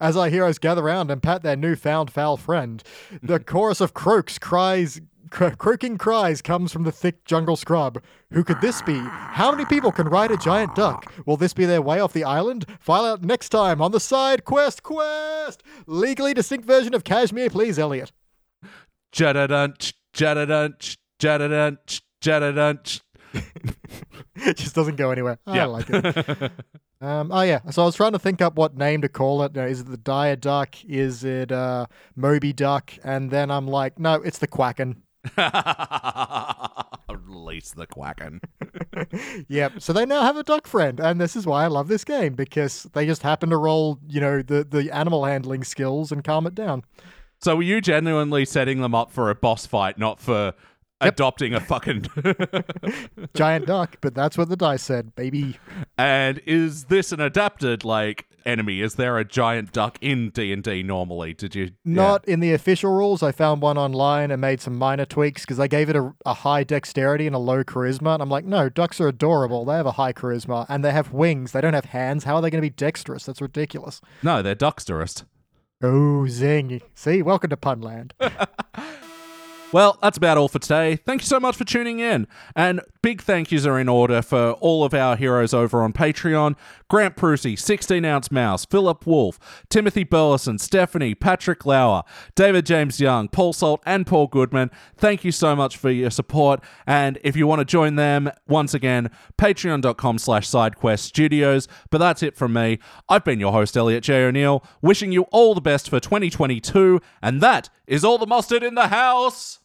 C: As our heroes gather round and pat their newfound foul friend, the chorus of croaks cries. cro- Croaking cries comes from the thick jungle scrub. Who could this be? How many people can ride a giant duck? Will this be their way off the island? File out next time on the side quest quest. Legally distinct version of Kashmir, please, Elliot.
A: Jadadunch, jadadunch, jadadunch, jadadunch.
C: It just doesn't go anywhere. I
A: Yeah.
C: like it. um, oh yeah. So I was trying to think up what name to call it. Now, Is it the dire duck? Is it uh, Moby Duck? And then I'm like, no, it's the Quacken.
A: Release the quacking.
C: Yep. So they now have a duck friend, and this is why I love this game because they just happen to roll, you know, the the animal handling skills and calm it down.
A: So were you genuinely setting them up for a boss fight, not for adopting a fucking
C: Giant duck, but that's what the dice said, baby.
A: And is this an adapted like enemy? Is there a giant duck in D and D normally? Did you
C: Not in the official rules. I found one online and made some minor tweaks because I gave it a, a high dexterity and a low charisma, and I'm like, no, ducks are adorable. They have a high charisma and they have wings. They don't have hands. How are they going to be dexterous? That's ridiculous.
A: Yeah. No, they're ducksterist.
C: Oh, zing! See, welcome to Punland.
A: Well, that's about all for today. Thank you so much for tuning in. And big thank yous are in order for all of our heroes over on Patreon Grant Prusy, 16 Ounce Mouse, Philip Wolfe, Timothy Burleson, Stephanie, Patrick Lauer, David James Young, Paul Salt, and Paul Goodman. Thank you so much for your support. And if you want to join them, once again, patreon.com slash sidequest studios. But that's it from me. I've been your host, Elliot J. O'Neill, wishing you all the best for 2022. And that is all the mustard in the house.